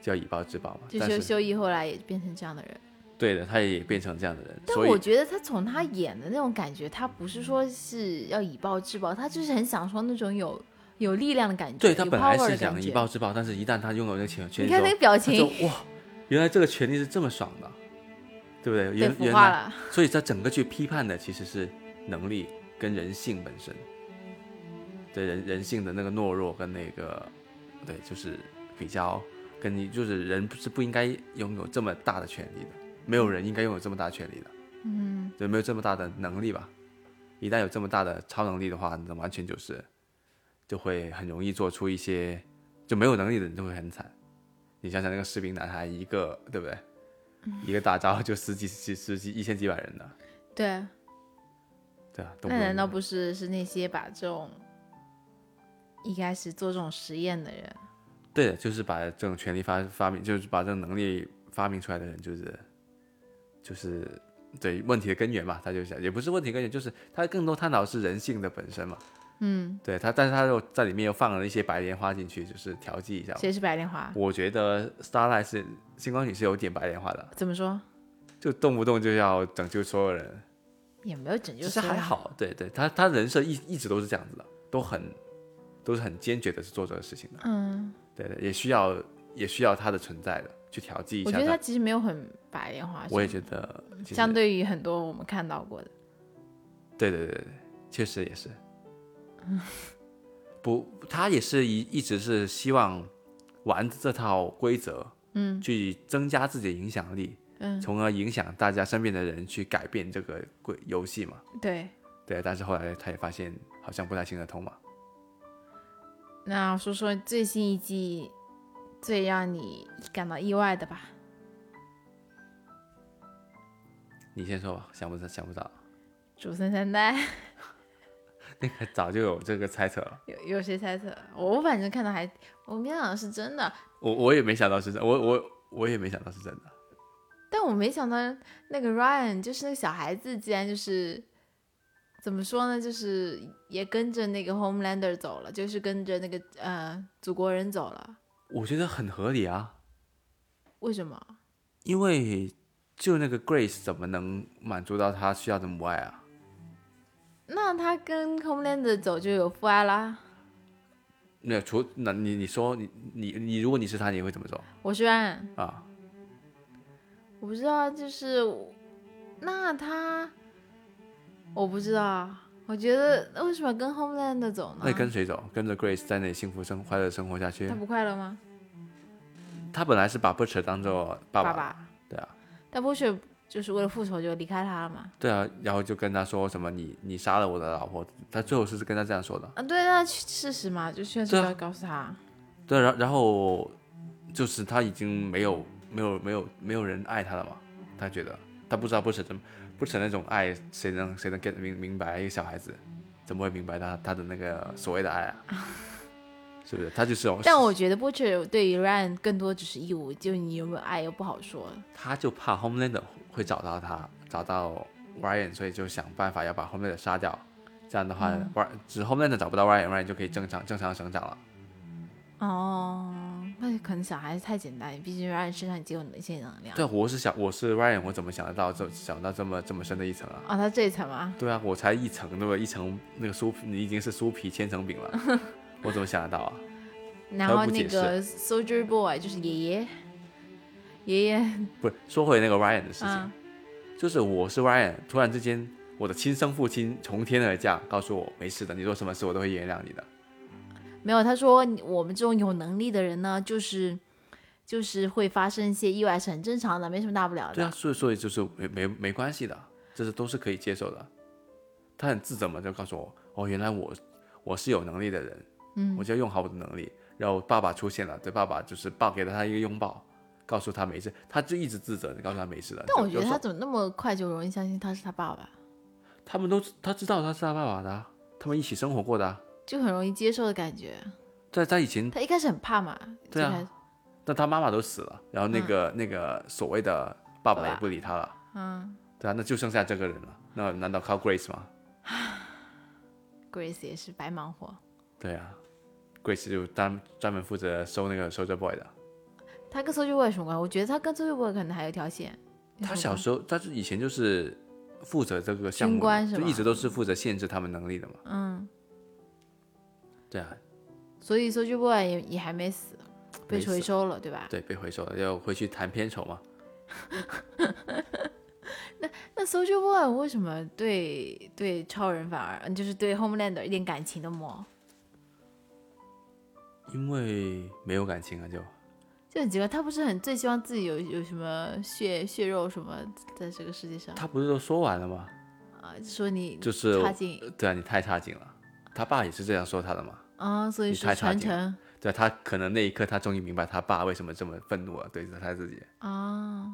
Speaker 1: 叫以暴制暴嘛。
Speaker 2: 就
Speaker 1: 但
Speaker 2: 修
Speaker 1: 是
Speaker 2: 修一后来也变成这样的人。
Speaker 1: 对的，他也变成这样的人，
Speaker 2: 但
Speaker 1: 所
Speaker 2: 我
Speaker 1: 以
Speaker 2: 觉得他从他演的那种感觉，他不是说是要以暴制暴，他就是很享受那种有有力量的感觉，
Speaker 1: 对他
Speaker 2: 有
Speaker 1: 本来
Speaker 2: power 的
Speaker 1: 是想
Speaker 2: 感
Speaker 1: 以
Speaker 2: 觉
Speaker 1: 暴。制暴，但是一旦他拥有这个权权
Speaker 2: 你
Speaker 1: 利
Speaker 2: 看那
Speaker 1: 之
Speaker 2: 个
Speaker 1: 后
Speaker 2: 表
Speaker 1: 他就
Speaker 2: 情，
Speaker 1: 哇，原来这个权利是这么爽的，对不对？
Speaker 2: 被
Speaker 1: 原
Speaker 2: 腐
Speaker 1: 原
Speaker 2: 化
Speaker 1: 来，
Speaker 2: 了。
Speaker 1: 所以他整个去批判的其实是能力跟人性本身，对人人性的那个懦弱跟那个，对，就是比较跟你就是人是不应该拥有这么大的权利的，没有人应该拥有这么大权利的。
Speaker 2: 嗯，
Speaker 1: 就没有这么大的能力吧。一旦有这么大的超能力的话，那完全就是就会很容易做出一些就没有能力的人就会很惨。你想想那个士兵男孩，一个对不对？
Speaker 2: 嗯
Speaker 1: 一个大招就十几、十十几、一千几百人的，
Speaker 2: 对。
Speaker 1: 对啊，动
Speaker 2: 那
Speaker 1: 动
Speaker 2: 难道不是是那些把这种一开始做这种实验的人，
Speaker 1: 对的？就是把这种权利发发明，就是把这种能力发明出来的人，就是就是对问题的根源嘛。他就想，也不是问题根源，就是他更多探讨是人性的本身嘛。
Speaker 2: 嗯，
Speaker 1: 对他，但是他又在里面又放了一些白莲花进去，就是调剂一下嘛。
Speaker 2: 谁是白莲花？
Speaker 1: 我觉得 Starlight 是星光女是有点白莲花的，
Speaker 2: 怎么说
Speaker 1: 就动不动就要拯救所有人，
Speaker 2: 也没有拯救
Speaker 1: 其
Speaker 2: 谁
Speaker 1: 实
Speaker 2: 啊，
Speaker 1: 还好。对对，他他人设一一直都是这样子的，都很都是很坚决的去做这个事情的。
Speaker 2: 嗯，
Speaker 1: 对对，也需要也需要他的存在的去调剂一
Speaker 2: 我
Speaker 1: 下
Speaker 2: 觉得
Speaker 1: 的。
Speaker 2: 他其实没有很白莲花，
Speaker 1: 我也
Speaker 2: 是
Speaker 1: 觉得其实，
Speaker 2: 相对于很多我们看到过的，
Speaker 1: 对对对对，确实也是。不，他也是一一直是希望玩这套规则，
Speaker 2: 嗯
Speaker 1: 去增加自己的影响力，
Speaker 2: 嗯，
Speaker 1: 从而影响大家身边的人去改变这个规游戏嘛。
Speaker 2: 对。
Speaker 1: 对，但是后来他也发现好像不太行得通嘛。
Speaker 2: 那说说最新一季最让你感到意外的吧？
Speaker 1: 你先说吧，想不想不到， (laughs)
Speaker 2: 主森三代 (laughs)
Speaker 1: 那个早就有这个猜测了，
Speaker 2: 有有谁猜测？我反正看到还，我没想到是真的，
Speaker 1: 我我也没想到是真，我我我也没想到是真的。
Speaker 2: 但我没想到那个 Ryan 就是那个小孩子，竟然就是怎么说呢，就是也跟着那个 Homelander 走了，就是跟着那个呃祖国人走了。
Speaker 1: 我觉得很合理啊，
Speaker 2: 为什么？
Speaker 1: 因为就那个 Grace 怎么能满足到他需要的母爱啊？
Speaker 2: 那他跟 Homelander 走就有父爱啦。
Speaker 1: 那除那你你说你你你，如果你是他，你会怎么做
Speaker 2: 我虽然
Speaker 1: 啊？
Speaker 2: 我不知道，就是那他，我不知道，我觉得那为什么跟 Homeland 走呢？
Speaker 1: 那你跟谁走？跟着 Grace 在那里幸福生快乐生活下去
Speaker 2: 他。不快乐吗？
Speaker 1: 他本来是把 Butcher 当做爸
Speaker 2: 爸
Speaker 1: 爸，对啊，
Speaker 2: 但不许就是为了复仇就离开他了嘛。
Speaker 1: 对啊，然后就跟他说什么你你杀了我的老婆，他最后是跟他这样说的。
Speaker 2: 啊，对，那事实嘛，就确实
Speaker 1: 对啊
Speaker 2: 要告诉他。
Speaker 1: 对，啊然然后就是他已经没有没有没有没有人爱他了嘛，他觉得他不知道不舍怎么不舍那种爱，谁能谁能 get 明明白一个小孩子怎么会明白他他的那个所谓的爱啊？ (laughs) 是不是？他就是有，
Speaker 2: 但我觉得 Butcher 对于 Ryan 更多只是义务，就你有没有爱又不好说。
Speaker 1: 他就怕 Homelander 会找到他，找到 Ryan，所以就想办法要把 Homelander 杀掉。这样的话，r 只 Homelander 找不到 Ryan，Ryan 就可以正常正常成长了。
Speaker 2: 哦，那可能小孩子太简单，毕竟 Ryan 身上已经有一些能量。
Speaker 1: 对，我是想我是 Ryan，我怎么想得到这想到这么这么深的一层啊？
Speaker 2: 啊、他这一层嘛，
Speaker 1: 对啊，我才一层对吧？一层那个酥，你已经是酥皮千层饼了，我怎么想得到啊？
Speaker 2: 然
Speaker 1: 他又
Speaker 2: 后
Speaker 1: 不
Speaker 2: 那
Speaker 1: 解
Speaker 2: 个 Soldier Boy 就是爷爷，爷爷，
Speaker 1: 不是，说回那个 Ryan 的事情，
Speaker 2: 嗯，
Speaker 1: 就是我是 Ryan，突然之间我的亲生父亲从天而降，告诉我没事的，你做什么事我都会原谅你的。
Speaker 2: 没有，他说你我们这种有能力的人呢，就是就是会发生一些意外，是很正常的，没什么大不了的。
Speaker 1: 对啊，所以所以就是没没没关系的，这是都是可以接受的。他很自责嘛，就告诉我，哦，原来我我是有能力的人，嗯，我就要用好我的能力。然后爸爸出现了，对爸爸就是抱给了他一个拥抱，告诉他没事，他就一直自责，告诉他没事的。
Speaker 2: 但我
Speaker 1: 就
Speaker 2: 觉得
Speaker 1: 就
Speaker 2: 他
Speaker 1: 说
Speaker 2: 怎么那么快就容易相信他是他爸爸，
Speaker 1: 他们都知他知道他是他爸爸的啊，他们一起生活过的啊，
Speaker 2: 就很容易接受的感觉。
Speaker 1: 在在以前，
Speaker 2: 他一开始很怕嘛，
Speaker 1: 对啊
Speaker 2: 最开始，
Speaker 1: 那他妈妈都死了，然后那个、那个所谓的爸爸也不理他了，
Speaker 2: 啊嗯
Speaker 1: 对啊，那就剩下这个人了，那难道靠 Grace 吗？
Speaker 2: ，Grace 也是白忙活，
Speaker 1: 对啊，Grace 就专专门负责收那个 Soldier Boy 的，
Speaker 2: 他跟 Soldier Boy 有什么关系？我觉得他跟 Soldier Boy 可能还有一条线。
Speaker 1: 他小时候他是以前就是负责这个项目
Speaker 2: 军
Speaker 1: 的，
Speaker 2: 官是
Speaker 1: 就
Speaker 2: 吧
Speaker 1: 一直都是负责限制他们能力的嘛，
Speaker 2: 嗯，
Speaker 1: 对啊，
Speaker 2: 所以 Soldier Boy 也也还没死，被
Speaker 1: 没死
Speaker 2: 回收了，对吧？
Speaker 1: 对，被回收了，要回去谈片酬嘛，
Speaker 2: 那 Soldier Boy 为什么对对超人反而嗯就是对 Homelander 一点感情都没有？
Speaker 1: 因为没有感情啊就。
Speaker 2: 就很奇怪，他不是很最希望自己有有什么血血肉什么在这个世界上
Speaker 1: 他不是都说完了吗？
Speaker 2: 啊？就说你
Speaker 1: 就是
Speaker 2: 差劲
Speaker 1: 对啊，你太差劲了。他爸也是这样说他的嘛。
Speaker 2: 啊，所以
Speaker 1: 你
Speaker 2: 是
Speaker 1: 太差
Speaker 2: 传
Speaker 1: 劲
Speaker 2: 承
Speaker 1: 对啊，他可能那一刻他终于明白他爸为什么这么愤怒了，对着他自己。
Speaker 2: 啊，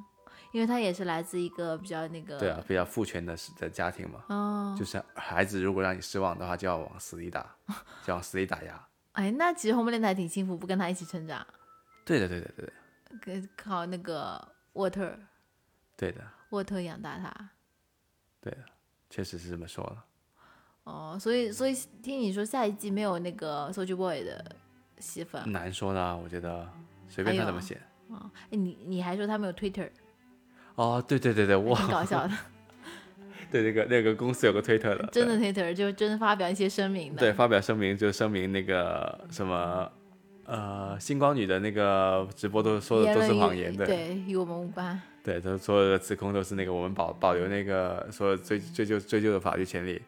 Speaker 2: 因为他也是来自一个比较那个
Speaker 1: 对啊，比较父权的时的家庭嘛，
Speaker 2: 哦，
Speaker 1: 就是孩子如果让你失望的话，就要往死里打， (laughs) 就往死里打压。
Speaker 2: 哎，那其实 Homelander 还挺幸福，不跟他一起成长，
Speaker 1: 对的，对的，对的，
Speaker 2: 跟靠那个沃特尔
Speaker 1: 对的，
Speaker 2: 沃特养大他
Speaker 1: 对的，确实是这么说了。
Speaker 2: 哦，所以所以听你说下一季没有那个 Soldier Boy 的戏份，
Speaker 1: 难说的啊，我觉得随便
Speaker 2: 呃还有
Speaker 1: 他怎
Speaker 2: 啊
Speaker 1: 么写。
Speaker 2: 哦，哎你你还说他没有 Twitter，
Speaker 1: 哦，对对对对，
Speaker 2: 挺搞
Speaker 1: 哇，
Speaker 2: 笑的，
Speaker 1: (laughs)
Speaker 2: 哎
Speaker 1: 对那个那个公司有个推特的，
Speaker 2: 真
Speaker 1: 对
Speaker 2: 的 Twitter 就真的发表一些声明的，
Speaker 1: 对，发表声明就声明那个什么，呃，星光女的那个直播都说的
Speaker 2: 言
Speaker 1: 都
Speaker 2: 论
Speaker 1: 是
Speaker 2: 与
Speaker 1: 谎言，对
Speaker 2: 对，与我们无关。
Speaker 1: 对，都所有的指控都是那个我们保保留那个所有追追究追究的法律权利，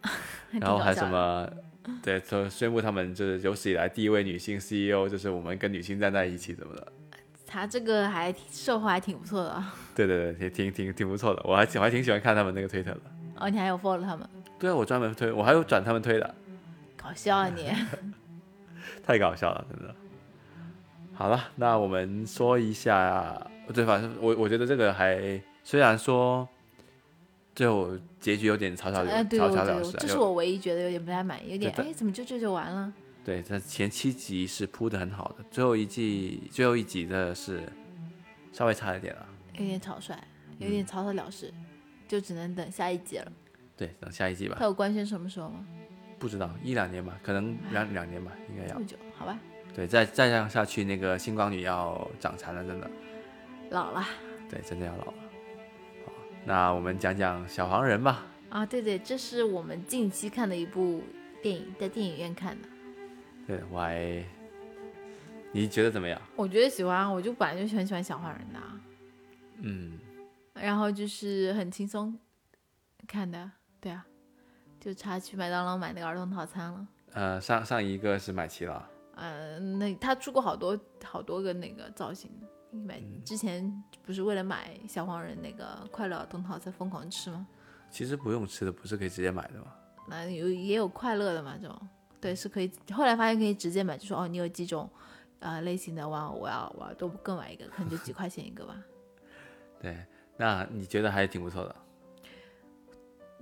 Speaker 2: 挺
Speaker 1: 然后
Speaker 2: 搞
Speaker 1: 还
Speaker 2: 笑
Speaker 1: 什
Speaker 2: 的？
Speaker 1: 么，对，说宣布他们就是有史以来第一位女性 CEO，就是我们跟女性站在一起怎么的，
Speaker 2: 他这个还挺售后还挺不错的啊。
Speaker 1: 对对对，也挺挺挺不错的，我还挺我还挺喜欢看他们那个推特的，
Speaker 2: 哦，你还有 follow 他们，
Speaker 1: 对啊，我专门推，我还有转他们推的，
Speaker 2: 搞笑啊
Speaker 1: (laughs)
Speaker 2: 你！
Speaker 1: 太搞笑了，真的。好了，那我们说一下，对，反正我我觉得这个还虽然说最后结局有点草草了、
Speaker 2: 哎，对
Speaker 1: 草
Speaker 2: 我
Speaker 1: 草
Speaker 2: 对
Speaker 1: 了
Speaker 2: 我
Speaker 1: 事，啊，
Speaker 2: 这是
Speaker 1: 就
Speaker 2: 我唯一觉得有点不太满意，有点
Speaker 1: 对
Speaker 2: 哎怎么就这就完了？
Speaker 1: 对，但前七集是铺的很好的，最后一季最后一集的是稍微差一点了。
Speaker 2: 有点草率，有点草草了事，就只能等下一集了。
Speaker 1: 对，等下一季吧
Speaker 2: 它，有官宣什么时候吗？
Speaker 1: 不知道一两年吧，可能两两年吧，应该
Speaker 2: 这
Speaker 1: 要
Speaker 2: 么久？好吧，
Speaker 1: 对，再再这样下去，那个星光女要长残了，真的，
Speaker 2: 老了
Speaker 1: 对，真的要老了。好，那我们讲讲小黄人吧，
Speaker 2: 啊，对对，这是我们近期看的一部电影，在电影院看的。
Speaker 1: 对，我还，你觉得怎么样？
Speaker 2: 我觉得喜欢，我就本来就很喜欢小黄人的啊，
Speaker 1: 嗯，
Speaker 2: 然后就是很轻松看的，对啊，就差去麦当劳买那个儿童套餐了。
Speaker 1: 呃，上上一个是买齐了，
Speaker 2: 呃，那他出过好多好多个那个造型，买之前不是为了买小黄人那个快乐儿童套餐疯狂吃吗？
Speaker 1: 其实不用吃的，不是可以直接买的吗？
Speaker 2: 那呃有也有快乐的嘛，这种对是可以。后来发现可以直接买，就说哦，你有几种呃类型的玩偶，我要我要都各买一个，可能就几块钱一个吧。
Speaker 1: 对，那你觉得还挺不错的。
Speaker 2: (laughs)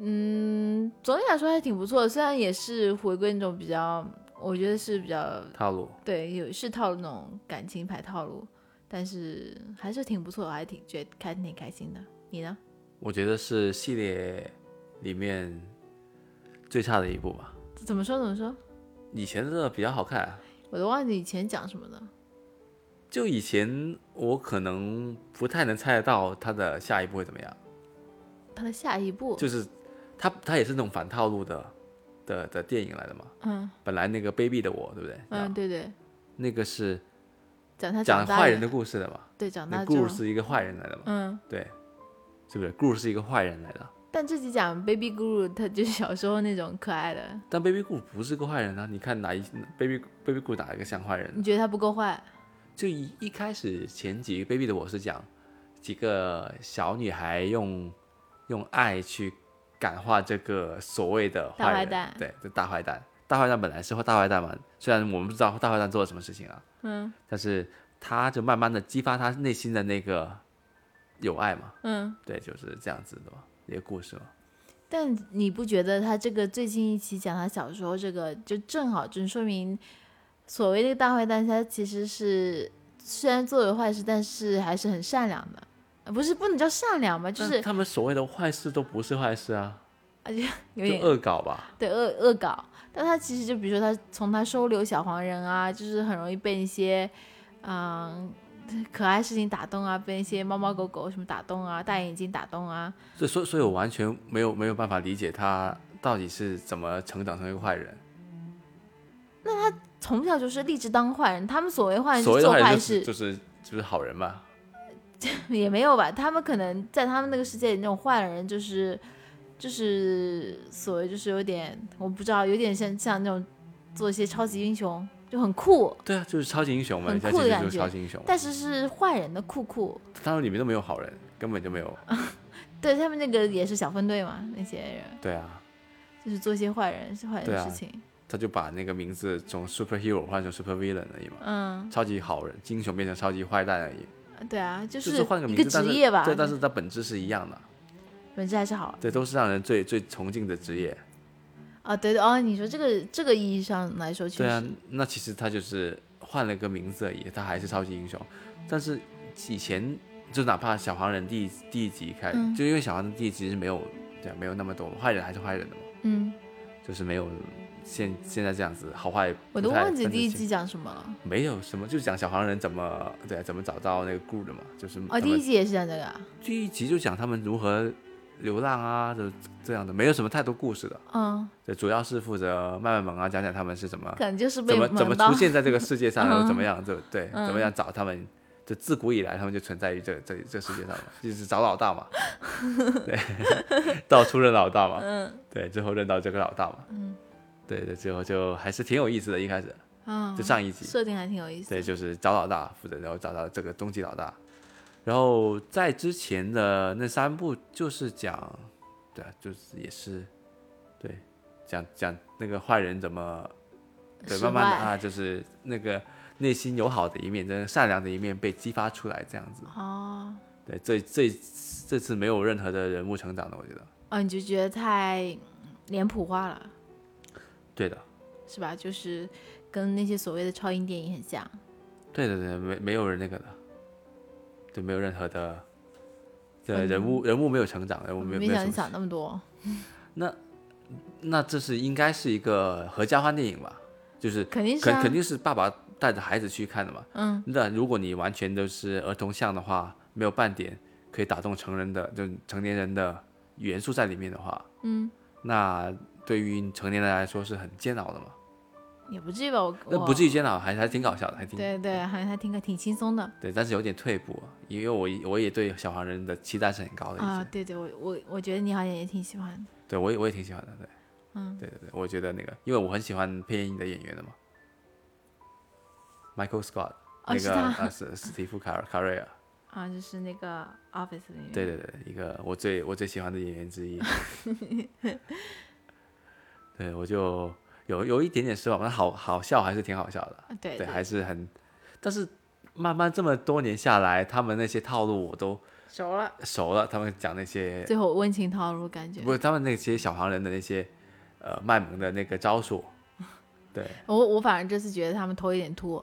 Speaker 2: 嗯，总体来说还挺不错的，虽然也是回归那种比较，我觉得是比较
Speaker 1: 套路，
Speaker 2: 对有是套那种感情牌套路，但是还是挺不错的，我还挺觉得看挺开心的。你呢？
Speaker 1: 我觉得是系列里面最差的一部吧。
Speaker 2: 怎么说怎么说？
Speaker 1: 以前的比较好看啊，
Speaker 2: 我都忘记以前讲什么了。
Speaker 1: 就以前我可能不太能猜得到它的下一步会怎么样，
Speaker 2: 他的下一步，
Speaker 1: 就是它它也是那种反套路的的的电影来的嘛。
Speaker 2: 嗯
Speaker 1: 本来那个卑鄙的我，对不对？
Speaker 2: 嗯，对对，
Speaker 1: 那个是
Speaker 2: 讲他
Speaker 1: 讲
Speaker 2: 大
Speaker 1: 坏人
Speaker 2: 的
Speaker 1: 的，故事的嘛，
Speaker 2: 对，长
Speaker 1: 那
Speaker 2: 大
Speaker 1: 故
Speaker 2: 就
Speaker 1: 事是一个坏人来的嘛，
Speaker 2: 嗯。
Speaker 1: 对，是不是？故事是一个坏人来的，
Speaker 2: 但这集讲 Baby Guru，他就是小时候那种可爱的，
Speaker 1: 但 Baby 顾不是个坏人啊！你看哪一 Baby Baby 顾哪一个像坏人？
Speaker 2: 你觉得他不够坏？
Speaker 1: 就一一开始前几个 baby 的我是讲几个小女孩用用爱去感化这个所谓的
Speaker 2: 大
Speaker 1: 坏
Speaker 2: 坏
Speaker 1: 人，
Speaker 2: 蛋
Speaker 1: 对，这大坏蛋，大坏蛋本来是大坏蛋嘛，虽然我们不知道大坏蛋做了什么事情啊，
Speaker 2: 嗯
Speaker 1: 但是他就慢慢的激发他内心的那个友爱嘛，
Speaker 2: 嗯，
Speaker 1: 对，就是这样子的嘛，一个故事嘛，
Speaker 2: 但你不觉得他这个最近一期讲他小时候这个，就正好就说明，所谓的大坏蛋，他其实是虽然做了坏事，但是还是很善良的，呃不是不能叫善良吧，就
Speaker 1: 但
Speaker 2: 是
Speaker 1: 他们所谓的坏事都不是坏事啊，
Speaker 2: 有
Speaker 1: 就
Speaker 2: 点
Speaker 1: 恶搞吧，
Speaker 2: 对恶恶搞，但他其实就比如说他从他收留小黄人啊，就是很容易被一些嗯可爱事情打动啊，被一些猫猫狗狗什么打动啊，大眼睛打动啊，
Speaker 1: 所以所以所以我完全没有没有办法理解他到底是怎么成长成一个坏人。
Speaker 2: 从小就是立志当坏人。他们所谓坏人
Speaker 1: 所
Speaker 2: 是
Speaker 1: 谓的
Speaker 2: 做
Speaker 1: 坏人
Speaker 2: 坏
Speaker 1: 就
Speaker 2: 事
Speaker 1: 是，就是就是好人嘛，
Speaker 2: 也没有吧？他们可能在他们那个世界里，那种坏人就是就是所谓就是有点我不知道，有点像像那种做一些超级英雄就很酷，
Speaker 1: 对啊，就是超级英雄嘛，
Speaker 2: 很
Speaker 1: 人家
Speaker 2: 酷
Speaker 1: 其
Speaker 2: 的
Speaker 1: 实
Speaker 2: 感
Speaker 1: 就是
Speaker 2: 觉
Speaker 1: 超级英雄嘛。
Speaker 2: 但是是坏人的酷酷，
Speaker 1: 他们里面都没有好人，根本就没有。
Speaker 2: 对他们那个也是小分队嘛，那些人
Speaker 1: 对啊，
Speaker 2: 就是做一些坏人、是坏人
Speaker 1: 对
Speaker 2: 的
Speaker 1: 啊
Speaker 2: 事情。
Speaker 1: 他就把那个名字从 superhero 换成 super villain 而已嘛，
Speaker 2: 嗯，
Speaker 1: 超级好人、英雄变成超级坏蛋而已，
Speaker 2: 对啊，就
Speaker 1: 就是换个
Speaker 2: 一
Speaker 1: 名
Speaker 2: 个
Speaker 1: 字，
Speaker 2: 职业吧
Speaker 1: 但是，对，但是它本质是一样的，
Speaker 2: 本质还是好
Speaker 1: 对，都是让人最最崇敬的职业。
Speaker 2: 啊。对对哦，你说这个这个意义上来说，确
Speaker 1: 对啊
Speaker 2: 实，，
Speaker 1: 那其实他就是换了个名字而已，他还是超级英雄。但是以前就哪怕小黄人第一第一集开，
Speaker 2: 嗯
Speaker 1: 就因为小黄人第一集是没有对啊、没有那么多坏人还是坏人的嘛，
Speaker 2: 嗯，
Speaker 1: 就是没有现现在这样子好坏。
Speaker 2: 我都
Speaker 1: 不太
Speaker 2: 忘记
Speaker 1: 分得
Speaker 2: 第一
Speaker 1: 清
Speaker 2: 集讲什么了。
Speaker 1: 没有什么，就讲小黄人怎么对啊、怎么找到那个 g 的嘛，就是
Speaker 2: 哦，
Speaker 1: 他
Speaker 2: 第
Speaker 1: 嗯
Speaker 2: 一
Speaker 1: 们
Speaker 2: 集也是讲这个啊。
Speaker 1: 第一集就讲他们如何流浪啊，就这样的，没有什么太多故事的，
Speaker 2: 嗯，
Speaker 1: 对，主要是负责卖卖萌啊，讲讲他们是怎么
Speaker 2: 可能就是被
Speaker 1: 怎么怎么
Speaker 2: 蒙到 (laughs)
Speaker 1: 出。现在这个世界上，然后怎么样，就对，
Speaker 2: 嗯
Speaker 1: 怎么样找他们，就自古以来他们就存在于这这这世界上嘛，就是找老大嘛， (laughs) 对， (laughs) 到处认老大嘛，
Speaker 2: 嗯
Speaker 1: 对，最后认到这个老大嘛，嗯，对对，最后就还是挺有意思的，一开始
Speaker 2: 嗯
Speaker 1: 就，上一集，
Speaker 2: 设定还挺有意思。
Speaker 1: 对，就是找老大负责，然后找到这个终极老大，然后在之前的那三部就是讲，对啊，就是也是，对，讲讲那个坏人怎么，对，
Speaker 2: 使
Speaker 1: 慢慢的
Speaker 2: 坏
Speaker 1: 啊，就是那个内心友好的一面，真的善良的一面被激发出来，这样子。
Speaker 2: 哦，
Speaker 1: 对，这这这次没有任何的人物成长的，我觉得，
Speaker 2: 哦，你就觉得太嗯脸谱化了，
Speaker 1: 对的，
Speaker 2: 是吧？就是跟那些所谓的超英电影很像。
Speaker 1: 对的，对的，没没有人那个的，对，
Speaker 2: 嗯
Speaker 1: 没有任何的，对人物人物没有成长，人物没有没有
Speaker 2: 想
Speaker 1: 什么
Speaker 2: 你想那么多。
Speaker 1: 那那这是应该是一个合家欢电影吧？就是
Speaker 2: 肯定是、
Speaker 1: 肯
Speaker 2: 啊、
Speaker 1: 肯定是爸爸带着孩子去看的嘛。
Speaker 2: 嗯，
Speaker 1: 那如果你完全都是儿童向的话，没有半点可以打动成人的，就是成年人的元素在里面的话，
Speaker 2: 嗯，
Speaker 1: 那对于成年人来说是很煎熬的嘛。
Speaker 2: 也不至于吧，我
Speaker 1: 那不至
Speaker 2: 于，
Speaker 1: 于煎嗯熬，还还挺搞笑的，还挺
Speaker 2: 对对，好像还挺个挺轻松的
Speaker 1: 对但是有点退步，因为我我也对小黄人的期待是很高的。
Speaker 2: 啊
Speaker 1: 一，直
Speaker 2: 对对，我我我觉得你好像也挺喜欢的，
Speaker 1: 对我也我也挺喜欢的，对
Speaker 2: 嗯，
Speaker 1: 对对对，我觉得那个，因为我很喜欢配音的演员的嘛，Michael Scott，、
Speaker 2: 哦
Speaker 1: 那
Speaker 2: 是
Speaker 1: 个
Speaker 2: 他
Speaker 1: 啊是史蒂夫卡尔卡瑞尔，
Speaker 2: 啊，就是那个 Office 里面，
Speaker 1: 对对对，一个我最我最喜欢的演员之
Speaker 2: (laughs)
Speaker 1: 一。对，我就有有一点点失望，但好好笑还是挺好笑的，
Speaker 2: 啊对
Speaker 1: 对，还是很，但是慢慢这么多年下来，他们那些套路我都
Speaker 2: 熟了，
Speaker 1: 熟了，他们讲那些
Speaker 2: 最后温情套路感觉，
Speaker 1: 不是他们那些小黄人的那些呃卖萌的那个招数，
Speaker 2: (laughs)
Speaker 1: 对，
Speaker 2: 我我反正这次觉得他们头有点秃，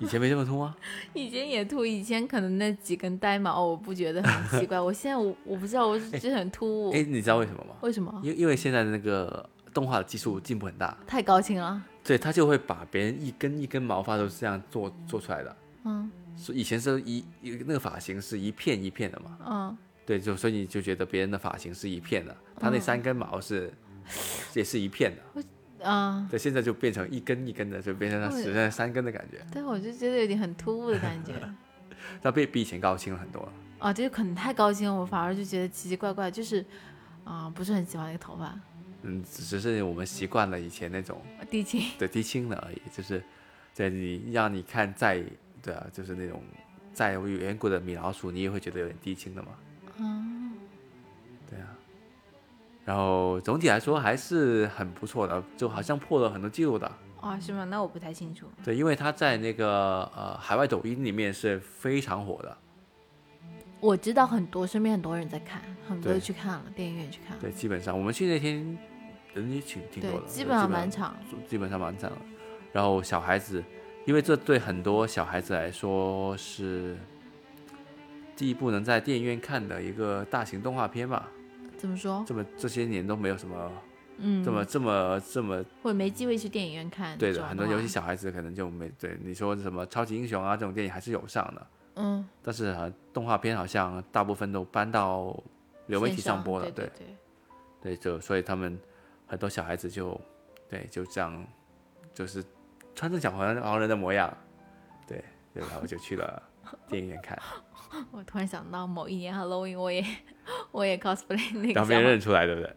Speaker 1: 以前没这么啊秃吗？
Speaker 2: 以前也秃，以前可能那几根呆毛我不觉得很奇怪，我现在我我不知道，我就很突兀，
Speaker 1: 哎，你知道为什么吗？
Speaker 2: 为什么？
Speaker 1: 因因为现在的那个动画的技术进步很大，
Speaker 2: 太高清了，
Speaker 1: 对，他就会把别人一根一根毛发都是这样做做出来的。
Speaker 2: 嗯
Speaker 1: 所以以前是一一那个发型是一片一片的嘛，
Speaker 2: 嗯，
Speaker 1: 对，就所以你就觉得别人的发型是一片的，他那三根毛是、也是一片的，
Speaker 2: 啊、
Speaker 1: 对，现在就变成一根一根的，就变成了
Speaker 2: 对
Speaker 1: 只剩下三根的感觉，
Speaker 2: 但我就觉得有点很突兀的感觉。 (laughs)
Speaker 1: 那比比以前高清了很多了。
Speaker 2: 啊，这个可能太高清了，我反而就觉得奇奇怪怪，就是啊、不是很喜欢那个头发
Speaker 1: 嗯，只是我们习惯了以前那种
Speaker 2: 低清。
Speaker 1: 对低清了而已，就是对你让你看再对啊，就是那种再远古的米老鼠，你也会觉得有点低清的嘛。
Speaker 2: (laughs) 嗯，
Speaker 1: 对啊，然后总体来说还是很不错的，就好像破了很多记录的。
Speaker 2: 啊，是吗？那我不太清楚。
Speaker 1: 对，因为它在那个呃海外抖音里面是非常火的，
Speaker 2: 我知道很多，身边很多人在看，很多
Speaker 1: 对
Speaker 2: 人去看了，电影院去看了，
Speaker 1: 对，基本上我们去那天人也挺挺多
Speaker 2: 对
Speaker 1: 的，，
Speaker 2: 基本上蛮长。
Speaker 1: 基本上蛮惨了。然后小孩子，因为这对很多小孩子来说是第一部能在电影院看的一个大型动画片吧。
Speaker 2: 怎么说？
Speaker 1: 这么这些年都没有什么
Speaker 2: 嗯，
Speaker 1: 这么、这么这么
Speaker 2: 我没机会去电影院看
Speaker 1: 对
Speaker 2: 这
Speaker 1: 的，
Speaker 2: 种
Speaker 1: 很多尤其
Speaker 2: 话，
Speaker 1: 小孩子可能就没对你说什么超级英雄啊这种电影还是有上的，
Speaker 2: 嗯，
Speaker 1: 但是、啊、动画片好像大部分都搬到流媒
Speaker 2: 线
Speaker 1: 体上
Speaker 2: 上
Speaker 1: 播了，
Speaker 2: 对
Speaker 1: 对
Speaker 2: 对
Speaker 1: 对，
Speaker 2: 对
Speaker 1: 就所以他们很多小孩子就对就这样，就是穿着小黄人黄人的模样，对，对然后就去了电影院
Speaker 2: (laughs)
Speaker 1: 看，
Speaker 2: 我突然想到某一年 Halloween，我也我也 cosplay 那个
Speaker 1: 然后被
Speaker 2: 小
Speaker 1: 人
Speaker 2: 黄
Speaker 1: 认出来，对不对？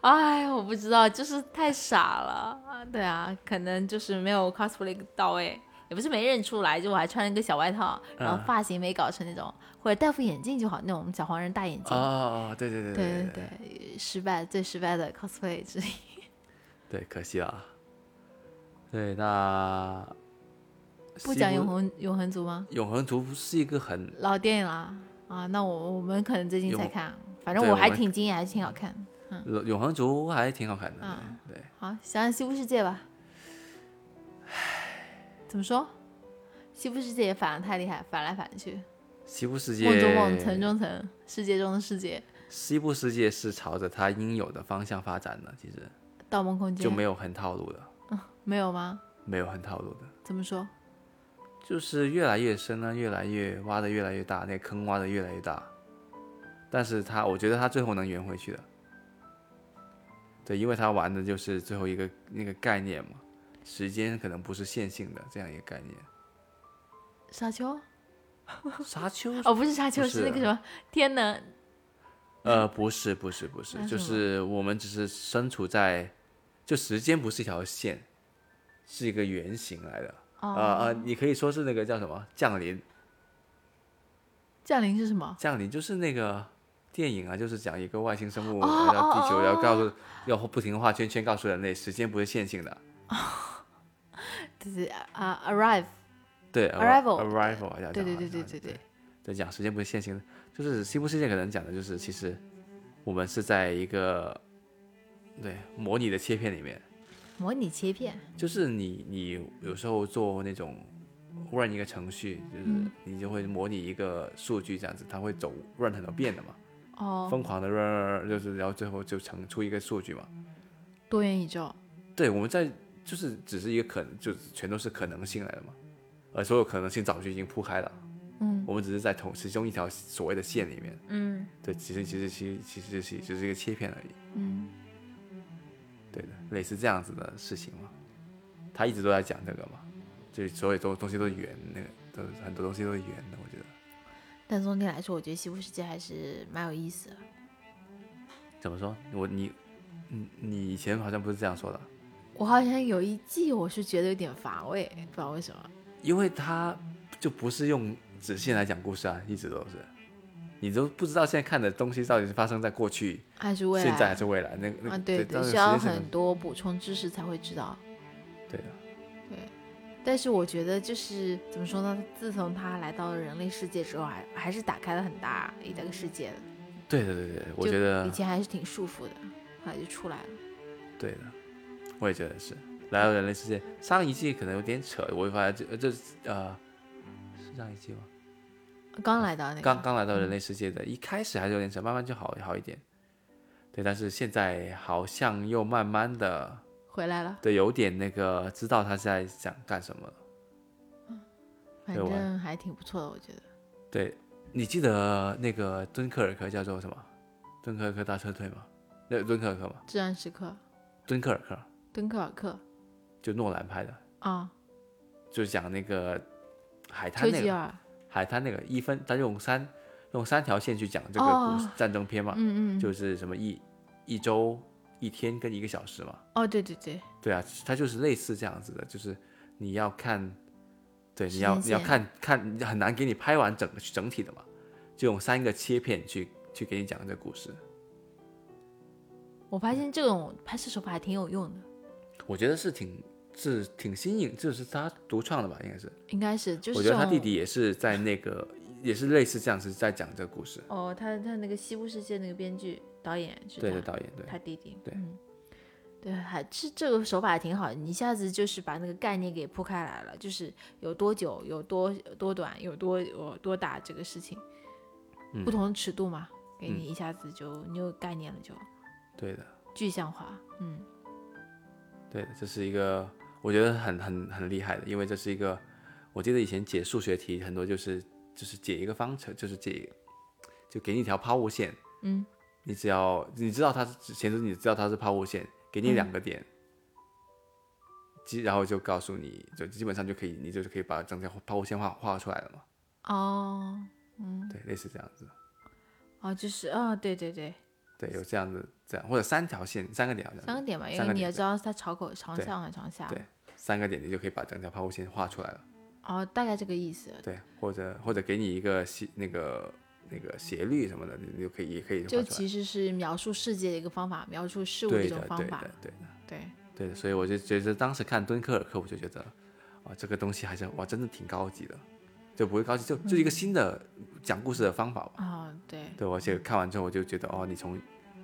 Speaker 2: 哎，我不知道，就是太傻了。啊对啊，可能就是没有 cosplay 到位，也不是没认出来，就我还穿了个小外套，然后
Speaker 1: 嗯
Speaker 2: 发型没搞成那种，或者戴副眼镜就好，那种小黄人大眼镜。
Speaker 1: 哦，对对对
Speaker 2: 对
Speaker 1: 对
Speaker 2: 对对，失败最失败的 cosplay 之一。
Speaker 1: 对，可惜了啊。对，那
Speaker 2: 不
Speaker 1: 西
Speaker 2: 讲
Speaker 1: 部
Speaker 2: 永恒永恒族吗？
Speaker 1: 永恒族是一个很
Speaker 2: 老电影啦啊，那我我们可能最近才
Speaker 1: 永
Speaker 2: 看，反正
Speaker 1: 对
Speaker 2: 我
Speaker 1: 我
Speaker 2: 还
Speaker 1: 们
Speaker 2: 挺惊讶，还挺好看。嗯
Speaker 1: 永永恒族还挺好看的，
Speaker 2: 啊
Speaker 1: 对对
Speaker 2: 好，想想西部世界吧。怎么说？西部世界也反的太厉害，反来反去。
Speaker 1: 西部世
Speaker 2: 梦中梦，
Speaker 1: 界，
Speaker 2: 层中层，世界中的世界，
Speaker 1: 西部世界是朝着它应有的方向发展的，其实
Speaker 2: 《盗梦空间》
Speaker 1: 就没有很套路的，
Speaker 2: 没有吗？
Speaker 1: 没有很套路的，
Speaker 2: 怎么说？
Speaker 1: 就是越来越深啊，越来越挖的越来越大，那坑挖的越来越大，但是他我觉得他最后能圆回去的，对，因为他玩的就是最后一个那个概念嘛，时间可能不是线性的这样一个概念，
Speaker 2: 沙丘？
Speaker 1: 沙丘
Speaker 2: 哦，不是沙丘，
Speaker 1: 不
Speaker 2: 是那
Speaker 1: 是
Speaker 2: 个什么天能。
Speaker 1: 呃，不是，不是，不是
Speaker 2: 那，是
Speaker 1: 就
Speaker 2: 什么
Speaker 1: 是我们只是身处在，就时间不是一条线，是一个圆形来的。啊啊、
Speaker 2: 哦，
Speaker 1: 你可以说是那个叫什么降临，
Speaker 2: 降临是什么？
Speaker 1: 降临就是那个电影啊，就是讲一个外星生物
Speaker 2: 哦
Speaker 1: 来到地球，
Speaker 2: 哦
Speaker 1: 然
Speaker 2: 哦
Speaker 1: 后告诉要不停地画圈圈，告诉人类时间不是线性的。
Speaker 2: 对对啊，arrive。
Speaker 1: 对呃
Speaker 2: Arrival
Speaker 1: arrival 好像
Speaker 2: 对
Speaker 1: 叫
Speaker 2: 对
Speaker 1: 好
Speaker 2: 对对
Speaker 1: 像
Speaker 2: 对对。
Speaker 1: 在讲时间不是线性的，就是西部世界可能讲的就是，其实我们是在一个对模拟的切片里面。
Speaker 2: 模拟切片。
Speaker 1: 就是你你有时候做那种 run 一个程序，就是你就会模拟一个数据这样子，它会走 run 很多遍的嘛。
Speaker 2: 哦，
Speaker 1: 疯狂的，就是然后最后就成出一个数据嘛。
Speaker 2: 多元宇宙，
Speaker 1: 对，我们在就是只是一个可能，就全都是可能性来的嘛，而所有可能性早就已经铺开了，
Speaker 2: 嗯
Speaker 1: 我们只是在同其中一条所谓的线里面，
Speaker 2: 嗯
Speaker 1: 对，其实其实其实其实其实只是一个切片而已，
Speaker 2: 嗯，
Speaker 1: 对的，类似这样子的事情嘛，他一直都在讲这个嘛，就是所有东东西都是圆，那个都是很多东西都是圆的，我觉得
Speaker 2: 但总体来说，我觉得《西部世界》还是蛮有意思的。
Speaker 1: 怎么说，我你你嗯你以前好像不是这样说的，
Speaker 2: 我好像有一季我是觉得有点乏味，不知道为什么。
Speaker 1: 因为他就不是用直线来讲故事啊，一直都是，你都不知道现在看的东西到底是发生在过去、
Speaker 2: 还是未来
Speaker 1: 现在还是未来。那个那个
Speaker 2: 啊，对
Speaker 1: 对，
Speaker 2: 需要很
Speaker 1: 很
Speaker 2: 多补充知识才会知道。
Speaker 1: 对的，
Speaker 2: 但是我觉得就是怎么说呢？自从他来到了人类世界之后，还还是打开了很大一个世界的。
Speaker 1: 对的对对对，我
Speaker 2: 就
Speaker 1: 觉
Speaker 2: 以
Speaker 1: 得
Speaker 2: 前还是挺束缚的，后来就出来了。
Speaker 1: 对的，我也觉得是。来到人类世界，上一季可能有点扯，我会发现这这呃是上一季吗？
Speaker 2: 刚来到那个，
Speaker 1: 刚刚来到人类世界的一开始还是有点扯，慢慢就好好一点。对，但是现在好像又慢慢的
Speaker 2: 回来了，
Speaker 1: 对有点那个知道他在想干什么了。
Speaker 2: 反
Speaker 1: 对我
Speaker 2: 正还挺不错的，我觉得。
Speaker 1: 对，你记得那个敦刻尔克叫做什么？敦刻尔克大撤退吗？那敦刻尔克吗？
Speaker 2: 至暗时刻，
Speaker 1: 敦刻尔克
Speaker 2: 敦刻尔克
Speaker 1: 就诺兰拍的，
Speaker 2: 啊，
Speaker 1: 就讲那个海滩
Speaker 2: 丘
Speaker 1: 那
Speaker 2: 吉
Speaker 1: 个
Speaker 2: 尔，
Speaker 1: 海滩那个一分，他用三用三条线去讲这个
Speaker 2: 哦
Speaker 1: 故事战争片嘛，
Speaker 2: 嗯嗯，
Speaker 1: 就是什么一一周、一天跟一个小时嘛。
Speaker 2: 哦，对对对，
Speaker 1: 对啊，它就是类似这样子的，就是你要看，对，
Speaker 2: 时
Speaker 1: 你要
Speaker 2: 间
Speaker 1: 你要
Speaker 2: 线
Speaker 1: 看看很难给你拍完整个整体的嘛，就用三个切片去去给你讲这个故事。
Speaker 2: 我发现这种拍摄手法还挺有用的，
Speaker 1: 我觉得是挺是挺新颖，就是他独创的吧，应该是。
Speaker 2: 应该是就是
Speaker 1: 我觉得他
Speaker 2: 这
Speaker 1: 弟
Speaker 2: 种
Speaker 1: 弟也是在那个，也是类似这样是在讲这个故事。
Speaker 2: 哦，他他那个《西部世界》那个编剧导演是
Speaker 1: 对
Speaker 2: 他
Speaker 1: 的，导演对
Speaker 2: 他弟弟，
Speaker 1: 对
Speaker 2: 嗯，对，还是这个手法还挺好，你一下子就是把那个概念给铺开来了，就是有多久、有多多短、有多有多大这个事情，
Speaker 1: 嗯
Speaker 2: 不同的尺度嘛，给你一下子就你有概念了，就
Speaker 1: 对的
Speaker 2: 具象化，嗯，
Speaker 1: 对的，这是一个我觉得很很很厉害的，因为这是一个，我记得以前解数学题很多就是就是解一个方程，就是解就给你一条抛物线，
Speaker 2: 嗯，
Speaker 1: 你只要你知道它是前提是你知道它是抛物线，给
Speaker 2: 嗯
Speaker 1: 你两个点。基然后就告诉你，就基本上就可以，你就是可以把整条抛物线画画出来了嘛。
Speaker 2: 哦，嗯，
Speaker 1: 对，类似这样子，
Speaker 2: 哦，就是哦，对对对，
Speaker 1: 对，有这样子这样，或者三条线，三个点好像是，
Speaker 2: 三个点嘛，因
Speaker 1: 三个
Speaker 2: 为你
Speaker 1: 点
Speaker 2: 也知道它朝口、朝
Speaker 1: 对
Speaker 2: 上和朝下，
Speaker 1: 对三个点你就可以把整条抛物线画出来了，
Speaker 2: 哦，大概这个意思，
Speaker 1: 对，或者或者给你一个斜那个那个斜率什么的，你你就可以也可以
Speaker 2: 就
Speaker 1: 画出来，
Speaker 2: 其实是描述世界的一个方法，描述事物的
Speaker 1: 对
Speaker 2: 一
Speaker 1: 的
Speaker 2: 种方
Speaker 1: 对
Speaker 2: 法
Speaker 1: 的，对的
Speaker 2: 对。
Speaker 1: 对的，所以我就觉得当时看敦刻尔克，我就觉得啊，这个东西还是哇，真的挺高级的，就不会高级，就就一
Speaker 2: 嗯
Speaker 1: 个新的讲故事的方法吧。
Speaker 2: 啊、对，
Speaker 1: 对，而且看完之后我就觉得哦，你从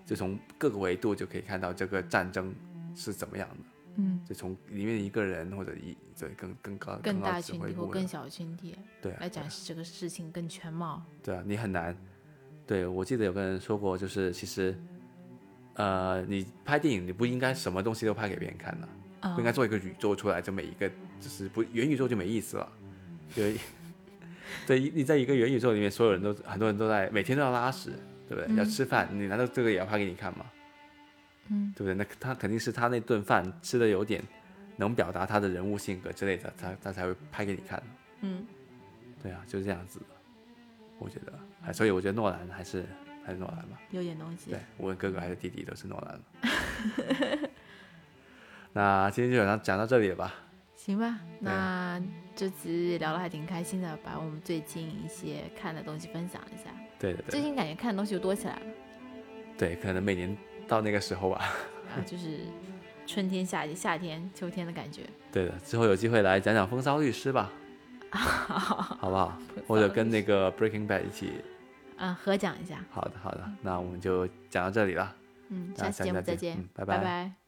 Speaker 1: 就从各个维度就可以看到这个战争是怎么样的。
Speaker 2: 嗯，
Speaker 1: 就从里面一个人或者一对更更高
Speaker 2: 更
Speaker 1: 高
Speaker 2: 大
Speaker 1: 指
Speaker 2: 群
Speaker 1: 挥
Speaker 2: 体或
Speaker 1: 部
Speaker 2: 更
Speaker 1: 的
Speaker 2: 小群体
Speaker 1: 对啊
Speaker 2: 来展示这个事情更全貌。
Speaker 1: 对啊，你很难。对我记得有个人说过，就是其实，呃，你拍电影你不应该什么东西都拍给别人看的，
Speaker 2: 啊
Speaker 1: 不应该做一个宇宙出来，就每一个就是不元宇宙就没意思了。有一 (laughs) 对，你在一个元宇宙里面，所有人都很多人都在每天都要拉屎，对不对？要吃饭，你难道这个也要拍给你看吗？
Speaker 2: 嗯，
Speaker 1: (laughs) 对不对？那他肯定是他那顿饭吃的有点能表达他的人物性格之类的，他他才会拍给你看。
Speaker 2: 嗯，
Speaker 1: 对啊，就是这样子的，我觉得，哎，所以我觉得诺兰还是还是诺兰吧。
Speaker 2: 有点东西
Speaker 1: 对。，无论哥哥还是弟弟都是诺兰。 (laughs) 那今天就讲到讲到这里了吧？
Speaker 2: 行吧，
Speaker 1: 对
Speaker 2: 那这次聊的还挺开心的，把我们最近一些看的东西分享一下。
Speaker 1: 对对
Speaker 2: 最
Speaker 1: 对，
Speaker 2: 近感觉看的东西又多起来了，
Speaker 1: 对，可能每年到那个时候吧。
Speaker 2: 然后啊就是春天、夏天、夏天、秋天的感觉。
Speaker 1: 对的，之后有机会来讲讲《风骚律师》 (laughs) 吧，好不好？或者跟那个《Breaking Bad》一起。
Speaker 2: 嗯，合讲一下。
Speaker 1: 好的，好的，那我们就讲到这里了。
Speaker 2: 嗯，
Speaker 1: (laughs) 那
Speaker 2: 下期节目
Speaker 1: 下期再
Speaker 2: 再
Speaker 1: 见
Speaker 2: 见
Speaker 1: 嗯，拜
Speaker 2: 拜
Speaker 1: 拜
Speaker 2: 拜